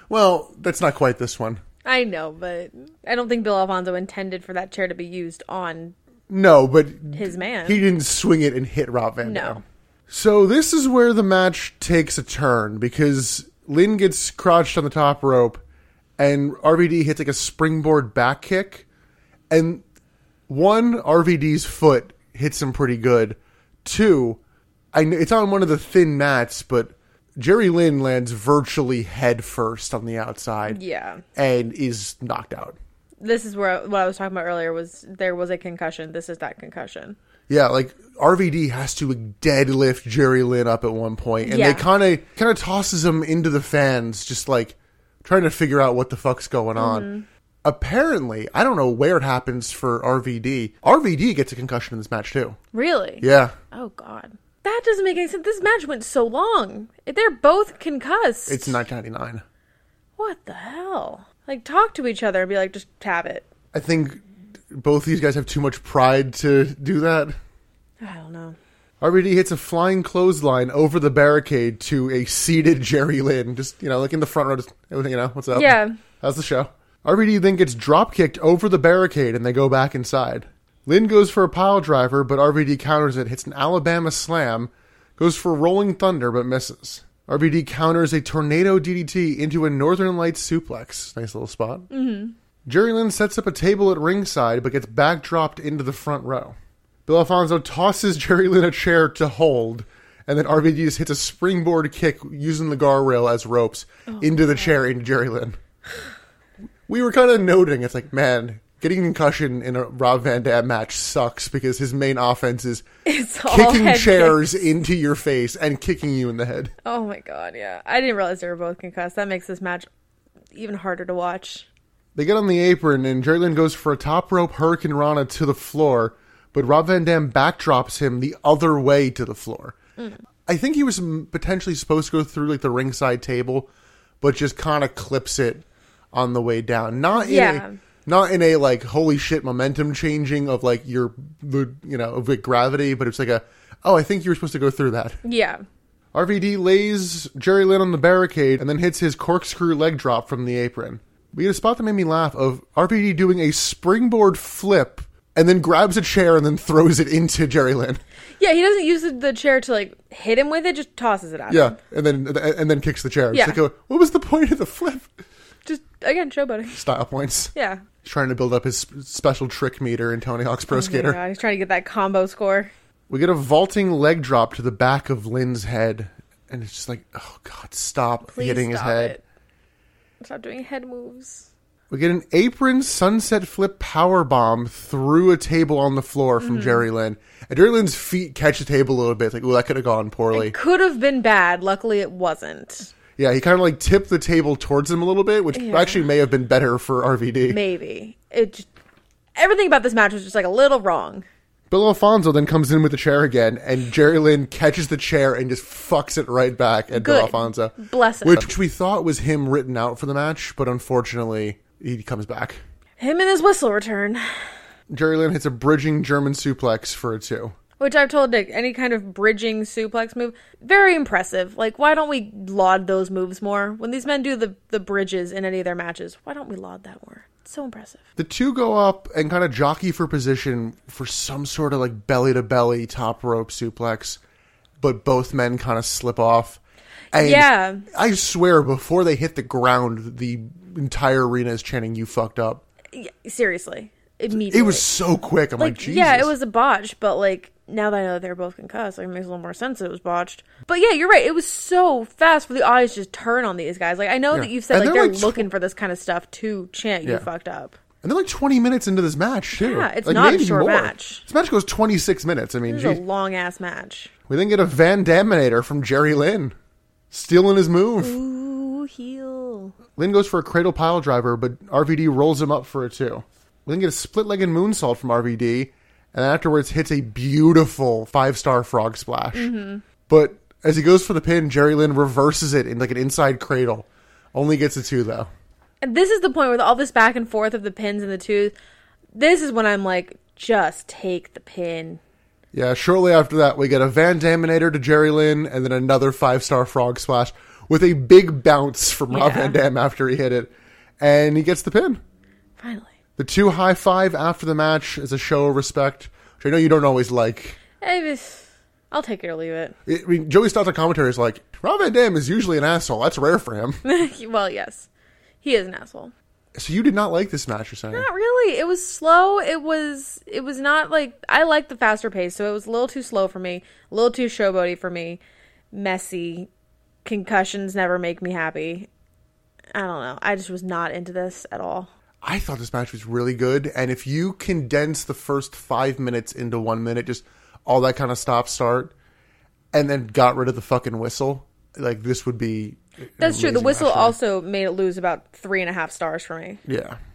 S1: Well, that's not quite this one.
S2: I know, but I don't think Bill Alfonso intended for that chair to be used on
S1: No, but
S2: his man.
S1: he didn't swing it and hit Rob Van
S2: No.
S1: Dam. So this is where the match takes a turn because Lynn gets crouched on the top rope and RVD hits like a springboard back kick and one RVD's foot hits him pretty good. Two, I kn- it's on one of the thin mats, but Jerry Lynn lands virtually head first on the outside
S2: yeah,
S1: and is knocked out.
S2: this is where what I was talking about earlier was there was a concussion. This is that concussion.
S1: Yeah, like RVD has to deadlift Jerry Lynn up at one point, and
S2: Yeah.
S1: they kind of kind of tosses him into the fans, just like trying to figure out what the fuck's going on. Apparently, I don't know where it happens for RVD. RVD gets a concussion in this match too.
S2: Really?
S1: Yeah,
S2: Oh God, that doesn't make any sense. This match went so long. They're both concussed.
S1: it's 999.
S2: what the hell? Like talk to each other and be like, just tab it.
S1: I think both these guys have too much pride to do that.
S2: I don't know.
S1: RVD hits a flying clothesline over the barricade to a seated Jerry Lynn, just you know, like in the front row. Just you know, what's up?
S2: Yeah.
S1: how's the show? RVD then gets drop kicked over the barricade, and they go back inside. Lynn goes for a pile driver, but RVD counters it, hits an Alabama slam, goes for Rolling Thunder, but misses. RVD counters a tornado DDT into a Northern Lights suplex. Nice little spot. Jerry Lynn sets up a table at ringside but gets backdropped into the front row. Bill Alfonso tosses Jerry Lynn a chair to hold, and then RVD just hits a springboard kick using the guardrail as ropes
S2: Oh,
S1: into the chair into Jerry Lynn. We were kind of noting it's like, man, getting concussion in a Rob Van Dam match sucks because his main offense is
S2: It's all
S1: kicking
S2: head
S1: chairs into your face and kicking you in the head.
S2: Oh my god, yeah. I didn't realize they were both concussed. That makes this match even harder to watch.
S1: They get on the apron, and Jerry Lynn goes for a top rope Hurricane Rana to the floor, but Rob Van Dam backdrops him the other way to the floor. I think he was m- potentially supposed to go through like the ringside table, but just kind of clips it on the way down. Not in
S2: Yeah.
S1: a, not in a like holy shit momentum changing of like your the you know of like gravity, but it's like a oh I think you were supposed to go through that.
S2: Yeah.
S1: RVD lays Jerry Lynn on the barricade and then hits his corkscrew leg drop from the apron. We had a spot that made me laugh of RVD doing a springboard flip and then grabs a chair and then throws it into Jerry Lynn.
S2: Yeah, he doesn't use the, the chair to like hit him with it, just tosses it at him.
S1: Yeah, and then and then kicks the chair. It's
S2: Yeah.
S1: like, oh, what was the point of the flip?
S2: Just again, showboating.
S1: Style points.
S2: Yeah.
S1: He's trying to build up his sp- special trick meter in Tony Hawk's Pro
S2: Oh my
S1: Skater.
S2: God, he's trying to get that combo score.
S1: We get a vaulting leg drop to the back of Lynn's head, and it's just like, oh god, stop
S2: Please
S1: hitting
S2: stop
S1: his head.
S2: it. Stop doing head moves.
S1: We get an apron sunset flip power bomb through a table on the floor from
S2: Mm-hmm.
S1: Jerry Lynn. And Jerry Lynn's feet catch the table a little bit. It's like, oh, that could have gone poorly.
S2: Could have been bad. Luckily, it wasn't.
S1: Yeah, he kind of like tipped the table towards him a little bit, which
S2: Yeah.
S1: actually may have been better for RVD.
S2: Maybe it. Just, everything about this match was just like a little wrong.
S1: Bill Alfonso then comes in with the chair again, and Jerry Lynn catches the chair and just fucks it right back at Bill
S2: Good.
S1: Alfonso.
S2: Bless him.
S1: Which we thought was him written out for the match, but unfortunately, he comes back.
S2: Him and his whistle return.
S1: Jerry Lynn hits a bridging German suplex for a two.
S2: Which I've told Nick, any kind of bridging suplex move, very impressive. Like, why don't we laud those moves more? When these men do the, the bridges in any of their matches, why don't we laud that more? It's so impressive.
S1: The two go up and kind of jockey for position for some sort of like belly to belly top rope suplex, but both men kind of slip off. And
S2: Yeah.
S1: I swear, before they hit the ground, the entire arena is chanting, You fucked up.
S2: Y- Seriously. Immediately.
S1: It was so quick. I'm like,
S2: like
S1: Jesus.
S2: yeah it was a botch but like now that i know that they're both concussed like it makes a little more sense that it was botched but yeah you're right it was so fast for the eyes just turn on these guys like i know that you've said
S1: And
S2: like
S1: they're,
S2: they're,
S1: like, tw-
S2: looking for this kind of stuff to chant you
S1: Yeah.
S2: fucked up
S1: And they're like 20 minutes into this match, too.
S2: Yeah, it's
S1: Like,
S2: not a
S1: maybe
S2: short
S1: more.
S2: match.
S1: This match goes 26 minutes. I mean,
S2: this
S1: geez.
S2: is a long ass match
S1: We then get a Van Daminator from Jerry Lynn, stealing his move.
S2: ooh heel
S1: Lynn goes for a cradle pile driver, but RVD rolls him up for a two. Lynn gets a split legged moonsault from RVD, and afterwards hits a beautiful five star frog splash. But as he goes for the pin, Jerry Lynn reverses it in like an inside cradle. Only gets a two though.
S2: and this is the point with all this back and forth of the pins and the twos this is when i'm like just take the pin
S1: Yeah, shortly after that, we get a Van Daminator to Jerry Lynn, and then another five star frog splash with a big bounce from Rob
S2: Yeah.
S1: Van Dam after he hit it, and he gets the pin.
S2: finally
S1: The two high five after the match is a show of respect, which I know you don't always like.
S2: I was- i'll take it or leave it
S1: I mean, Joey Styles on commentary is like, Rob Van Dam is usually an asshole. That's rare for him.
S2: well yes he is an asshole
S1: so you did not like this match, you're saying?
S2: Not really. It was slow. It was it was not like I like the faster pace, so it was a little too slow for me, a little too showboaty for me. Messy. Concussions never make me happy. I don't know. I just was not into this at all.
S1: I thought this match was really good, and if you condense the first five minutes into one minute, just all that kind of stop start, and then got rid of the fucking whistle, like this would be. an
S2: That's true. The
S1: amazing
S2: whistle
S1: match.
S2: also made it lose about three and a half stars for me.
S1: Yeah.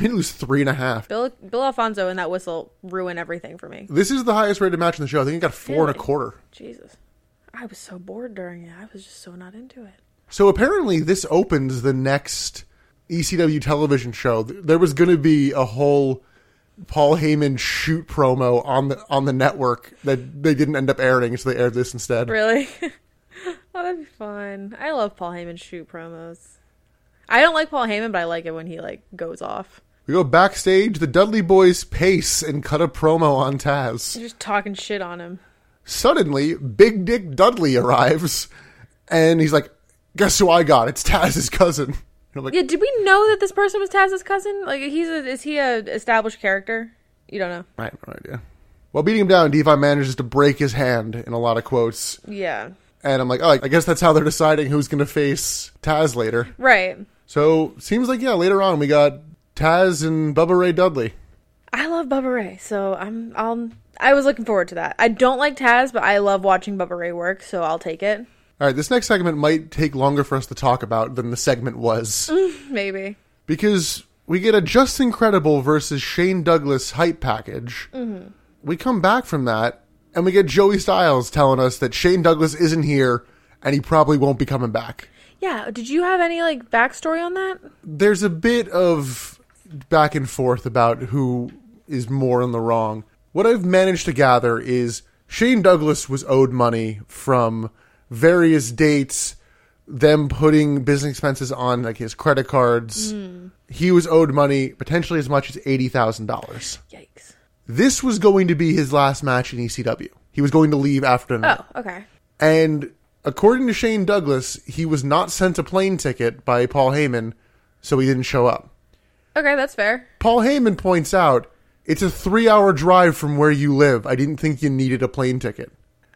S1: We lose three and a half.
S2: Bill Bill Alfonso and that whistle ruin everything for me.
S1: This is the highest rated match in the show. I think it got four and a
S2: Really?
S1: quarter.
S2: Jesus. I was so bored during it. I was just so not into it.
S1: So apparently, this opens the next ECW television show. Th- There was going to be a whole Paul Heyman shoot promo on the on the network that they didn't end up airing, so they aired this instead.
S2: Really? oh, that'd be fun. I love Paul Heyman shoot promos. I don't like Paul Heyman, but I like it when he like goes off.
S1: We go backstage. The Dudley Boys pace and cut a promo on Taz.
S2: He's just talking shit on him.
S1: Suddenly, Big Dick Dudley arrives, and he's like, "Guess who I got? It's Taz's cousin." And I'm like,
S2: Yeah, did we know that this person was Taz's cousin? Like, he's a, is he a established character? You don't know.
S1: I have no idea. While beating him down, Devi manages to break his hand in a lot of quotes.
S2: Yeah,
S1: And I'm like, oh, I guess that's how they're deciding who's going to face Taz later.
S2: right.
S1: So seems like yeah, later on we got Taz and Bubba Ray Dudley.
S2: I love Bubba Ray, so I'm I'll I was looking forward to that. I don't like Taz, but I love watching Bubba Ray work, so I'll take it.
S1: All right, this next segment might take longer for us to talk about than the segment was
S2: Maybe.
S1: because we get a Just Incredible versus Shane Douglas hype package. We come back from that and we get Joey Styles telling us that Shane Douglas isn't here and he probably won't be coming back.
S2: Yeah. Did you have any like backstory on that?
S1: there's a bit of back and forth about who is more in the wrong. What I've managed to gather is Shane Douglas was owed money from various dates, them putting business expenses on like his credit cards. He was owed money potentially as much as eighty thousand dollars.
S2: Yikes.
S1: This was going to be his last match in ECW. He was going to leave after tonight.
S2: Oh, okay.
S1: And according to Shane Douglas, he was not sent a plane ticket by Paul Heyman, so he didn't show up.
S2: Okay, that's fair.
S1: Paul Heyman points out it's a three hour drive from where you live. I didn't think you needed a plane ticket.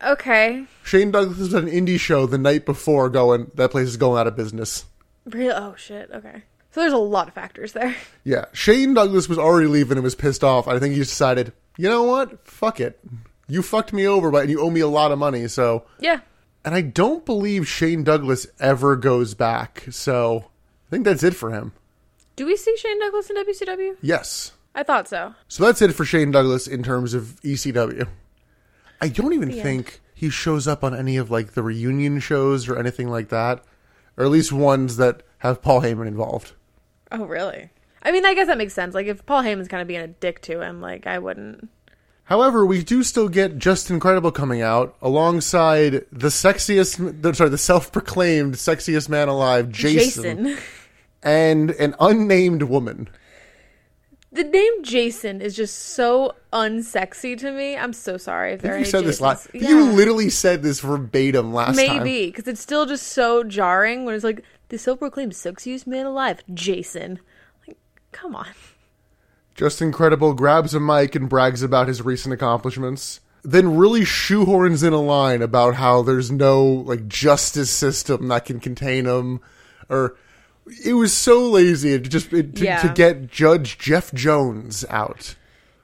S2: Okay.
S1: Shane Douglas was at an indie show the night before going, that place is going out of business.
S2: Real oh shit, okay. So there's a lot of factors there.
S1: Yeah, Shane Douglas was already leaving and was pissed off. I think he just decided, you know what? Fuck it. You fucked me over, but you owe me a lot of money, so.
S2: Yeah.
S1: And I don't believe Shane Douglas ever goes back, so I think that's it for him.
S2: Do we see Shane Douglas in WCW?
S1: Yes.
S2: I thought so.
S1: So that's it for Shane Douglas in terms of ECW. I don't even
S2: end.
S1: think he shows up on any of like the reunion shows or anything like that, or at least ones that have Paul Heyman involved.
S2: Oh really? I mean, I guess that makes sense. Like if Paul Heyman's kind of being a dick to him, like I wouldn't.
S1: However, we do still get Just Incredible coming out alongside the sexiest, the- sorry, the self-proclaimed sexiest man alive, Jason,
S2: Jason.
S1: and an unnamed woman.
S2: The name Jason is just so unsexy to me. I'm so sorry if there are
S1: You
S2: any
S1: said this last.
S2: Jasons.
S1: You
S2: Yeah.
S1: literally said this verbatim last time.
S2: Maybe because it's still just so jarring when it's like the self-proclaimed sexiest man alive, Jason. Like, come on.
S1: Just Incredible grabs a mic and brags about his recent accomplishments, then really shoehorns in a line about how there's no like justice system that can contain him, or it was so lazy it just it, to, to
S2: Yeah.
S1: get Judge Jeff Jones out.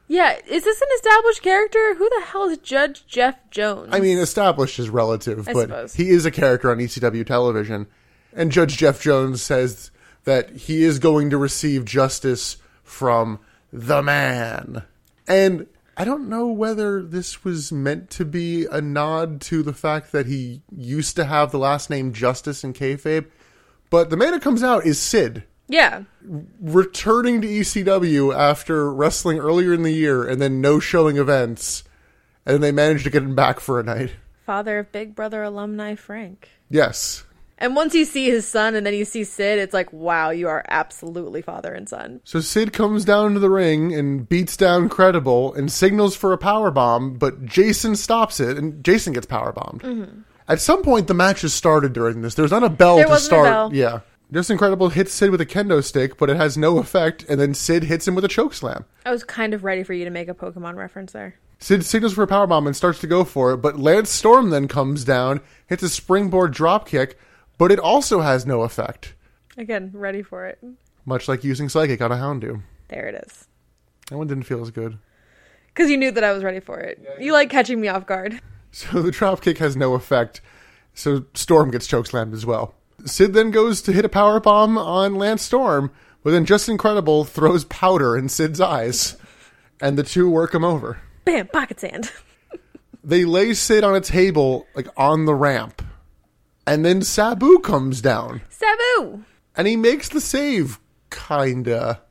S2: Yeah, is this an established character? Who the hell is Judge Jeff Jones?
S1: I mean, established is relative, but
S2: suppose.
S1: he is a character on ECW television, and Judge Jeff Jones says that he is going to receive justice from the man. And I don't know whether this was meant to be a nod to the fact that he used to have the last name Justice in kayfabe, but the man who comes out is Sid
S2: yeah,
S1: returning to ECW after wrestling earlier in the year and then no showing events, and then they managed to get him back for a night.
S2: father of Big Brother alumni Frank.
S1: Yes.
S2: And once you see his son, and then you see Sid, it's like, wow, you are absolutely father and son.
S1: So Sid comes down to the ring and beats down Credible and signals for a power bomb, but Jason stops it, and Jason gets power bombed. At some point, the match is started during this. There's not a bell
S2: Mm-hmm. There
S1: to
S2: wasn't a
S1: start.
S2: bell.
S1: Yeah. Just Incredible hits Sid with a kendo stick, but it has no effect, and then Sid hits him with a choke slam.
S2: I was kind of ready for you to make a Pokemon reference there.
S1: Sid signals for a powerbomb and starts to go for it, but Lance Storm then comes down, hits a springboard dropkick, but it also has no effect,
S2: Again, ready for it.
S1: much like using Psychic on a Houndoom.
S2: There it is.
S1: That one didn't feel as good.
S2: Because you knew that I was ready for it. You like catching me off guard.
S1: So the dropkick has no effect, so Storm gets chokeslammed as well. Sid then goes to hit a powerbomb on Lance Storm, but then Just Incredible throws powder in Sid's eyes, and the two work him over.
S2: Bam, pocket sand.
S1: they lay Sid on a table, like on the ramp, and then Sabu comes down
S2: Sabu!
S1: and he makes the save, kinda,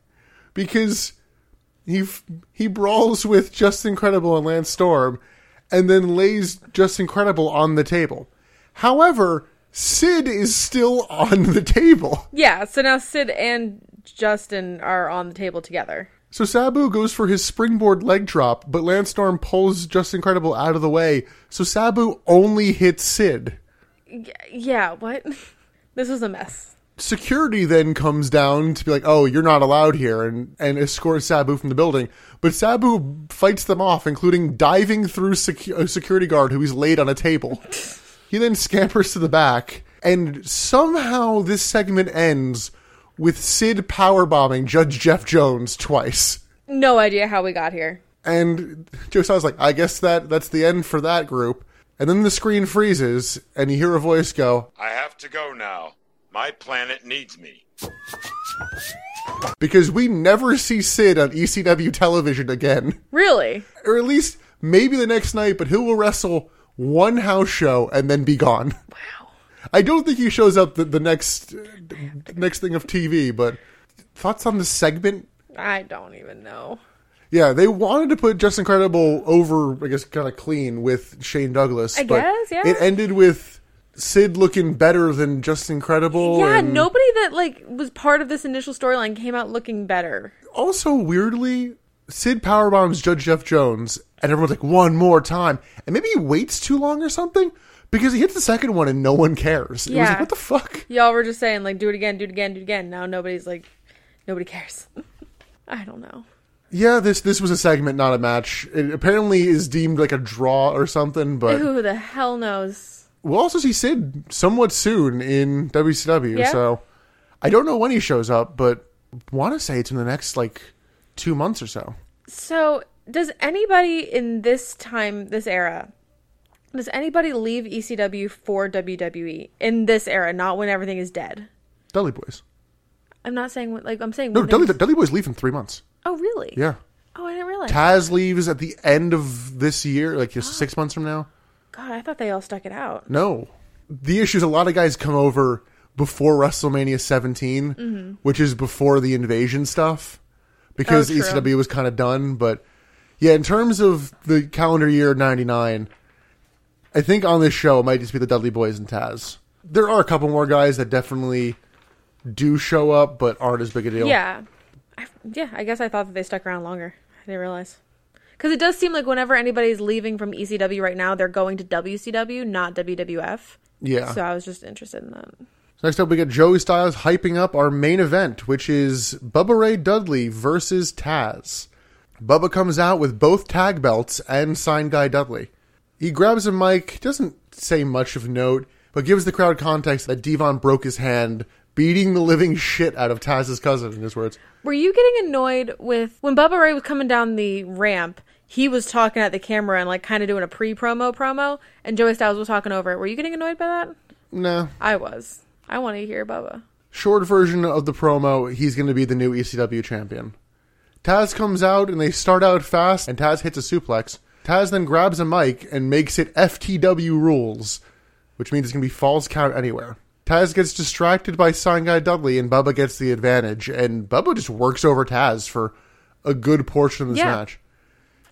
S1: because he f- he brawls with Just Incredible and Lance Storm, and then lays Just Incredible on the table. However, Sid is still on the table,
S2: Yeah, so now Sid and Justin are on the table together.
S1: so Sabu goes for his springboard leg drop, but Lance Storm pulls Just Incredible out of the way, so Sabu only hits Sid.
S2: Yeah, what? This was a mess.
S1: security then comes down to be like, "Oh, you're not allowed here," and and escorts Sabu from the building. But Sabu fights them off, including diving through secu- a security guard who he's laid on a table. he then scampers to the back, and somehow this segment ends with Sid powerbombing Judge Jeff Jones twice.
S2: No idea how we got here.
S1: And Joe Sa's like, "I guess that that's the end for that group." And then the screen freezes, and you hear a voice go,
S3: I have to go now. My planet needs me.
S1: because we never see Sid on ECW television again.
S2: Really?
S1: Or at least maybe the next night, but he will wrestle one house show and then be gone.
S2: Wow.
S1: I don't think he shows up the, the next the next thing of TV, but thoughts on the segment?
S2: I don't even know.
S1: Yeah, they wanted to put Justin Credible over, I guess, kind of clean with Shane Douglas.
S2: I
S1: but
S2: guess, yeah.
S1: It ended with Sid looking better than Justin Credible.
S2: Yeah,
S1: and-
S2: nobody that like was part of this initial storyline came out looking better.
S1: also weirdly, Sid powerbombs Judge Jeff Jones, and everyone's like, one more time. And maybe he waits too long or something because he hits the second one and no one cares. It was like,
S2: Yeah.
S1: what the fuck?
S2: Y'all were just saying like do it again, do it again, do it again. Now nobody's like nobody cares. I don't know.
S1: Yeah, this this was a segment, not a match. It apparently is deemed like a draw or something, but
S2: Who the hell knows?
S1: we'll also see Sid somewhat soon in WCW.
S2: Yeah.
S1: So I don't know when he shows up, but want to say it's in the next like two months or so.
S2: So, does anybody in this time, this era, does anybody leave ECW for WWE in this era, not when everything is dead?
S1: Dudley Boys.
S2: I'm not saying what- like I'm saying.
S1: No,
S2: when
S1: Dudley,
S2: things-
S1: Dudley Boys leave in three months.
S2: Oh, really?
S1: Yeah.
S2: Oh, I didn't realize.
S1: Taz leaves at the end of this year, like just six months from now.
S2: God, I thought they all stuck it out.
S1: No, the issue is a lot of guys come over before WrestleMania 17,
S2: Mm-hmm.
S1: which is before the invasion stuff, because
S2: Oh, true.
S1: ECW was kind of done. But yeah, in terms of the calendar year 99, I think on this show it might just be the Dudley Boys and Taz. There are a couple more guys that definitely do show up, but aren't as big a deal.
S2: Yeah. I, yeah, I guess I thought that they stuck around longer. I didn't realize. Because it does seem like whenever anybody's leaving from ECW right now, they're going to WCW, not WWF.
S1: Yeah.
S2: So I was just interested in that.
S1: Next up, we got Joey Styles hyping up our main event, which is Bubba Ray Dudley versus Taz. Bubba comes out with both tag belts and signed Guy Dudley. He grabs a mic, doesn't say much of note, but gives the crowd context that Devon broke his hand, beating the living shit out of Taz's cousin, in his words.
S2: Were you getting annoyed with when Bubba Ray was coming down the ramp? He was talking at the camera and like kind of doing a pre-promo promo, and Joey Styles was talking over it. Were you getting annoyed by that?
S1: Nah.
S2: I was. I want to hear Bubba.
S1: Short version of the promo, he's going to be the new ECW champion. Taz comes out and they start out fast, and Taz hits a suplex. Taz then grabs a mic and makes it FTW rules, which means it's going to be false count anywhere. Taz gets distracted by Sign Guy Dudley, and Bubba gets the advantage, and Bubba just works over Taz for a good portion of this
S2: Yeah.
S1: match.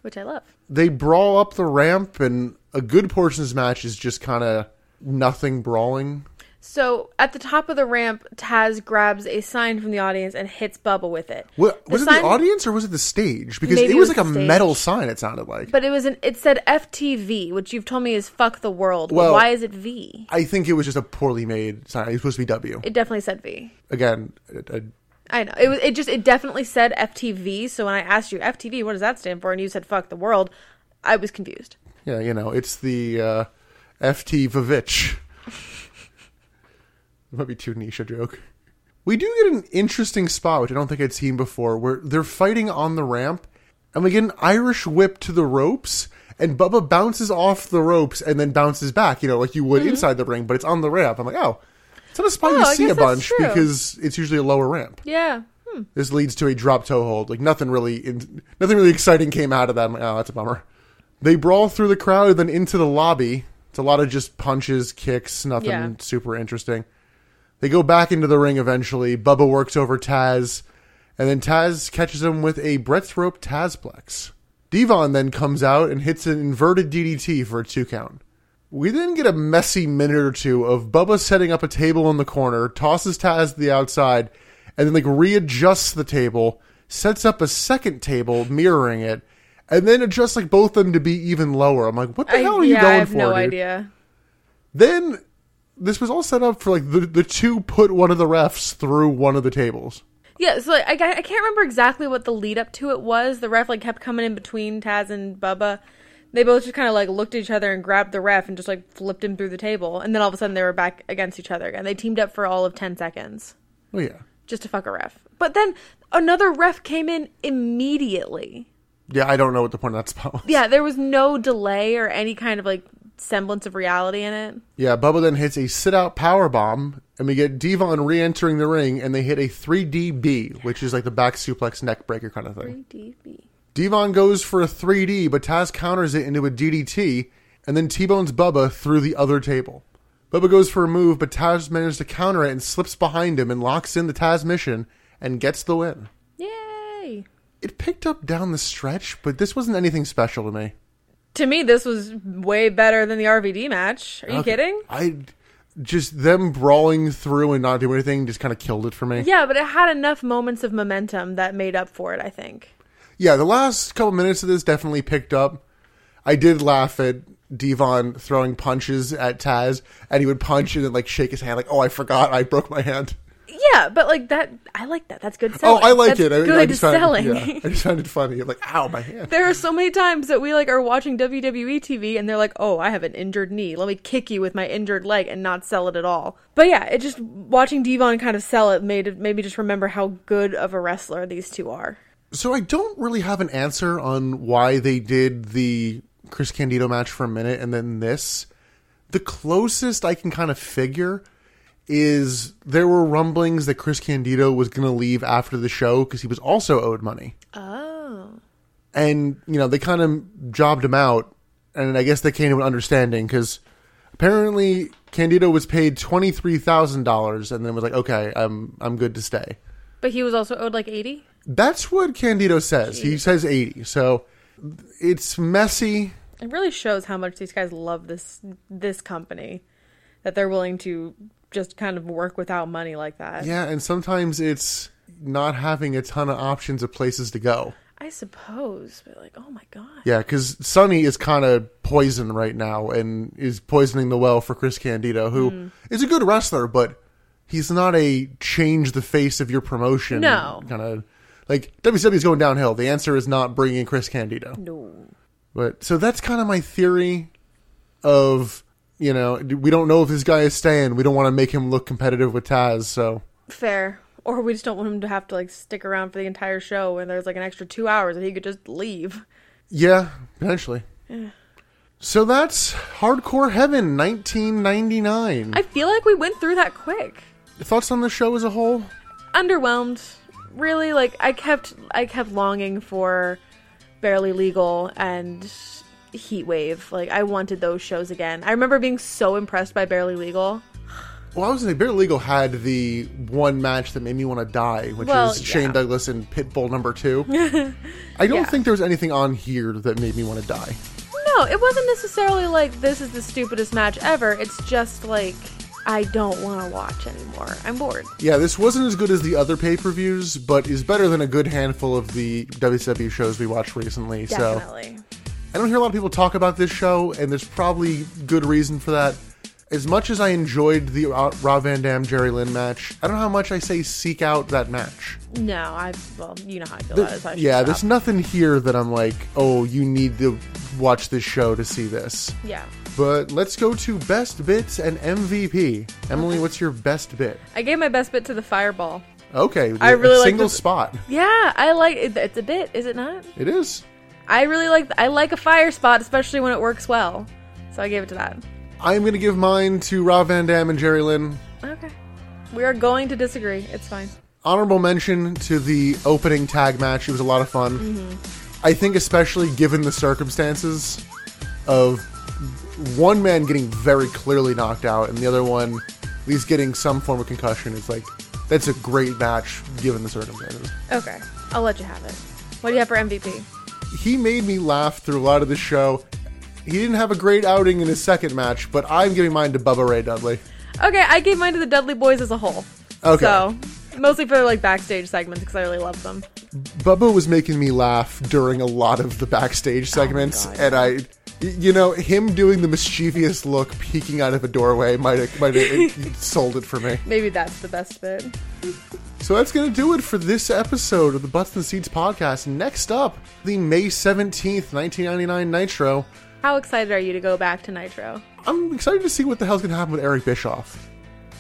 S2: Which I love.
S1: They brawl up the ramp, and a good portion of this match is just kind of nothing brawling.
S2: So at the top of the ramp, Taz grabs a sign from the audience and hits Bubba with it.
S1: What, was it
S2: sign-
S1: the audience or was it the stage? Because
S2: Maybe
S1: it
S2: it
S1: was
S2: was
S1: like a
S2: the stage.
S1: metal sign. It sounded like.
S2: But it was an. It said FTV, which you've told me is fuck the world. But
S1: Well-
S2: why is it V?
S1: I think it was just a poorly made sign. It was supposed to be W.
S2: It definitely said V.
S1: Again, a, a
S2: I know it was. It just. It definitely said FTV. So when I asked you FTV, what does that stand for, and you said fuck the world, I was confused.
S1: yeah, you know, it's the uh, FT Vavitch. Might be too niche a joke. We do get an interesting spot, which I don't think I'd seen before, where they're fighting on the ramp, and we get an Irish whip to the ropes, and Bubba bounces off the ropes and then bounces back, you know, like you would inside the ring, but it's on the ramp. I'm like, oh, it's not a spot
S2: Mm-hmm. Oh,
S1: you
S2: I
S1: see a
S2: guess that's
S1: bunch
S2: true.
S1: because it's usually a lower ramp.
S2: Yeah. Hmm.
S1: This leads to a drop toe hold. Like nothing really, in, nothing really exciting came out of that. I'm like, oh, that's a bummer. They brawl through the crowd, then into the lobby. It's a lot of just punches, kicks, nothing
S2: Yeah.
S1: super interesting. They go back into the ring eventually. Bubba works over Taz, and then Taz catches him with a Brett's rope Tazplex. Devon then comes out and hits an inverted DDT for a two count. We then get a messy minute or two of Bubba setting up a table in the corner, tosses Taz to the outside, and then like readjusts the table, sets up a second table mirroring it, and then adjusts like both of them to be even lower. I'm like, what the
S2: I,
S1: hell are
S2: yeah,
S1: you going
S2: I have
S1: for?
S2: no
S1: dude?
S2: idea.
S1: Then this was all set up for like the, the two put one of the refs through one of the tables.
S2: Yeah, so like, I I can't remember exactly what the lead up to it was. The ref like kept coming in between Taz and Bubba. They both just kind of like looked at each other and grabbed the ref and just like flipped him through the table, and then all of a sudden they were back against each other again. They teamed up for all of ten seconds
S1: Oh yeah.
S2: just to fuck a ref. But then another ref came in immediately.
S1: Yeah, I don't know what the point of that spot was.
S2: Yeah, there was no delay or any kind of like semblance of reality in it.
S1: Yeah, Bubba then hits a sit out power bomb, and we get Devon re entering the ring, and they hit a 3DB, which is like the back suplex neck breaker kind of thing.
S2: DB.
S1: Devon goes for a 3D, but Taz counters it into a DDT, and then T bones Bubba through the other table. Bubba goes for a move, but Taz manages to counter it and slips behind him and locks in the Taz mission and gets the win.
S2: Yay!
S1: It picked up down the stretch, but this wasn't anything special to me.
S2: To me, this was way better than the RVD match. Are you kidding?
S1: I just them brawling through and not doing anything just kind of killed it for me.
S2: Yeah, but it had enough moments of momentum that made up for it, I think.
S1: Yeah, the last couple minutes of this definitely picked up. I did laugh at Devon throwing punches at Taz, and he would punch and then like shake his hand, like, "Oh, I forgot, I broke my hand."
S2: Yeah, but like that, I like that. That's good selling.
S1: Oh, I like
S2: That's
S1: it. I, I
S2: Good
S1: just found,
S2: selling.
S1: yeah, I just found it funny. I'm like, "Ow, my hand."
S2: there are so many times that we like are watching WWE TV and they're like, "Oh, I have an injured knee. Let me kick you with my injured leg and not sell it at all." But yeah, it just watching Devon kind of sell it made it made me just remember how good of a wrestler these two are.
S1: So I don't really have an answer on why they did the Chris Candido match for a minute and then this. The closest I can kind of figure is there were rumblings that Chris Candido was going to leave after the show because he was also owed money.
S2: Oh,
S1: And, you know, they kind of jobbed him out. And I guess they came to an understanding because apparently Candido was paid twenty three thousand dollars, and then was like, "Okay, I'm I'm good to stay."
S2: But he was also owed like 80?
S1: That's what Candido says. He says eighty. So it's messy.
S2: It really shows how much these guys love this this company that they're willing to just kind of work without money like that.
S1: Yeah, and sometimes it's not having a ton of options of places to go.
S2: I suppose, but like, oh my god.
S1: Yeah, because Sonny is kind of poison right now and is poisoning the well for Chris Candido, who is a good wrestler, but he's not a change the face of your promotion.
S2: No.
S1: Kind of like WWE's going downhill. The answer is not bringing Chris Candido.
S2: No.
S1: But so that's kind of my theory of, you know, we don't know if this guy is staying. We don't want to make him look competitive with Taz, so.
S2: Fair. Or we just don't want him to have to like stick around for the entire show and there's like an extra two hours and he could just leave.
S1: Yeah, potentially. So that's Hardcore Heaven 1999.
S2: I feel like we went through that quick.
S1: Thoughts on the show as a whole?
S2: Underwhelmed. Really, like I kept I kept longing for Barely Legal and Heat Wave. Like I wanted those shows again. I remember being so impressed by Barely Legal.
S1: Well, I was gonna say Bear Legal had the one match that made me want to die, which
S2: Well,
S1: is Shane
S2: yeah.
S1: Douglas and Pitbull number two. I don't
S2: Yeah.
S1: think there was anything on here that made me want to die.
S2: No, it wasn't necessarily like this is the stupidest match ever. It's just like I don't want to watch anymore. I'm bored.
S1: Yeah, this wasn't as good as the other pay per views, but is better than a good handful of the WCW shows we watched recently. So
S2: Definitely.
S1: I don't hear a lot of people talk about this show, and there's probably good reason for that. As much as I enjoyed the Ra- Rob Van Dam Jerry Lynn match, I don't know how much I say seek out that match.
S2: No, I well, you know how I feel about it. so I should
S1: yeah,
S2: stop.
S1: there's nothing here that I'm like, oh, you need to watch this show to see this.
S2: Yeah.
S1: But let's go to best bits and MVP. Emily, what's your best bit?
S2: I gave my best bit to the fireball.
S1: Okay,
S2: I
S1: a
S2: really like
S1: single
S2: this-
S1: spot.
S2: Yeah, I like it, it's a bit, is it not?
S1: It is.
S2: I really like I like a fire spot, especially when it works well. So I gave it to that.
S1: I'm gonna give mine to Rob Van Dam and Jerry Lynn.
S2: Okay. We are going to disagree. It's fine.
S1: Honorable mention to the opening tag match. It was a lot of fun. I think, especially given the circumstances of one man getting very clearly knocked out and the other one at least getting some form of concussion, it's like that's a great match given the circumstances.
S2: Okay. I'll let you have it. What do you have for MVP?
S1: He made me laugh through a lot of the show. He didn't have a great outing in his second match, but I'm giving mine to Bubba Ray Dudley.
S2: Okay, I gave mine to the Dudley Boys as a whole.
S1: Okay.
S2: So mostly for like backstage segments because I really love them.
S1: Bubba was making me laugh during a lot of the backstage segments,
S2: Oh God.
S1: and I, y- you know, him doing the mischievous look peeking out of a doorway might have might have sold it for me.
S2: Maybe that's the best bit.
S1: So that's gonna do it for this episode of the Butts and Seats podcast. Next up, the May seventeenth, nineteen ninety nine Nitro.
S2: How excited are you to go back to Nitro?
S1: I'm excited to see what the hell's gonna happen with Eric Bischoff.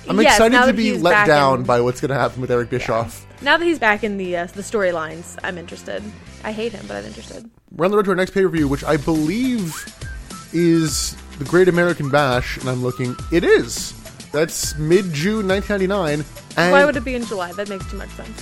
S1: I'm
S2: Yes,
S1: excited
S2: now
S1: to
S2: that
S1: be
S2: he's
S1: let
S2: back
S1: down
S2: in-
S1: by what's gonna happen with Eric Bischoff.
S2: Now that he's back in the uh, the storylines, I'm interested. I hate him, but I'm interested.
S1: we're on the road to our next pay per view, which I believe is the Great American Bash, and I'm looking. It is. That's mid June 1999, and
S2: Why would it be in July? That makes too much sense.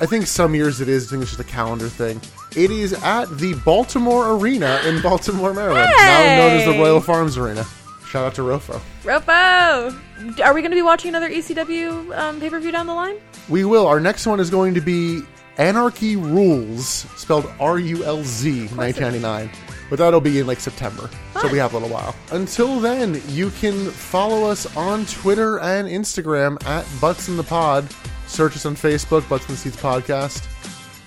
S1: I think some years it is. I think it's just a calendar thing. It is at the Baltimore Arena in Baltimore, Maryland, now known as the
S2: Hey!
S1: Royal Farms Arena. Shout out to Rofo.
S2: Rofo, are we going to be watching another ECW um, pay per view down the line?
S1: We will. Our next one is going to be Anarchy Rules, spelled R U L Z, 1999. But that'll be in like September. So
S2: Fun.
S1: we have a little while. Until then, you can follow us on Twitter and Instagram at Butts in the Pod. Search us on Facebook, Butts in the Seats Podcast.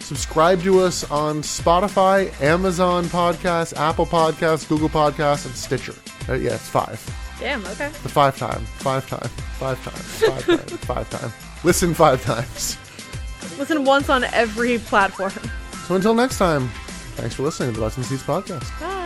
S1: Subscribe to us on Spotify, Amazon Podcasts, Apple Podcasts, Google Podcasts, and Stitcher. Uh, yeah, it's five.
S2: Damn. Okay.
S1: The five time, five time, five time, five time, five time. Listen five times.
S2: Listen once on every platform.
S1: So until next time, thanks for listening to the Butts and Seats Podcast.
S2: Bye.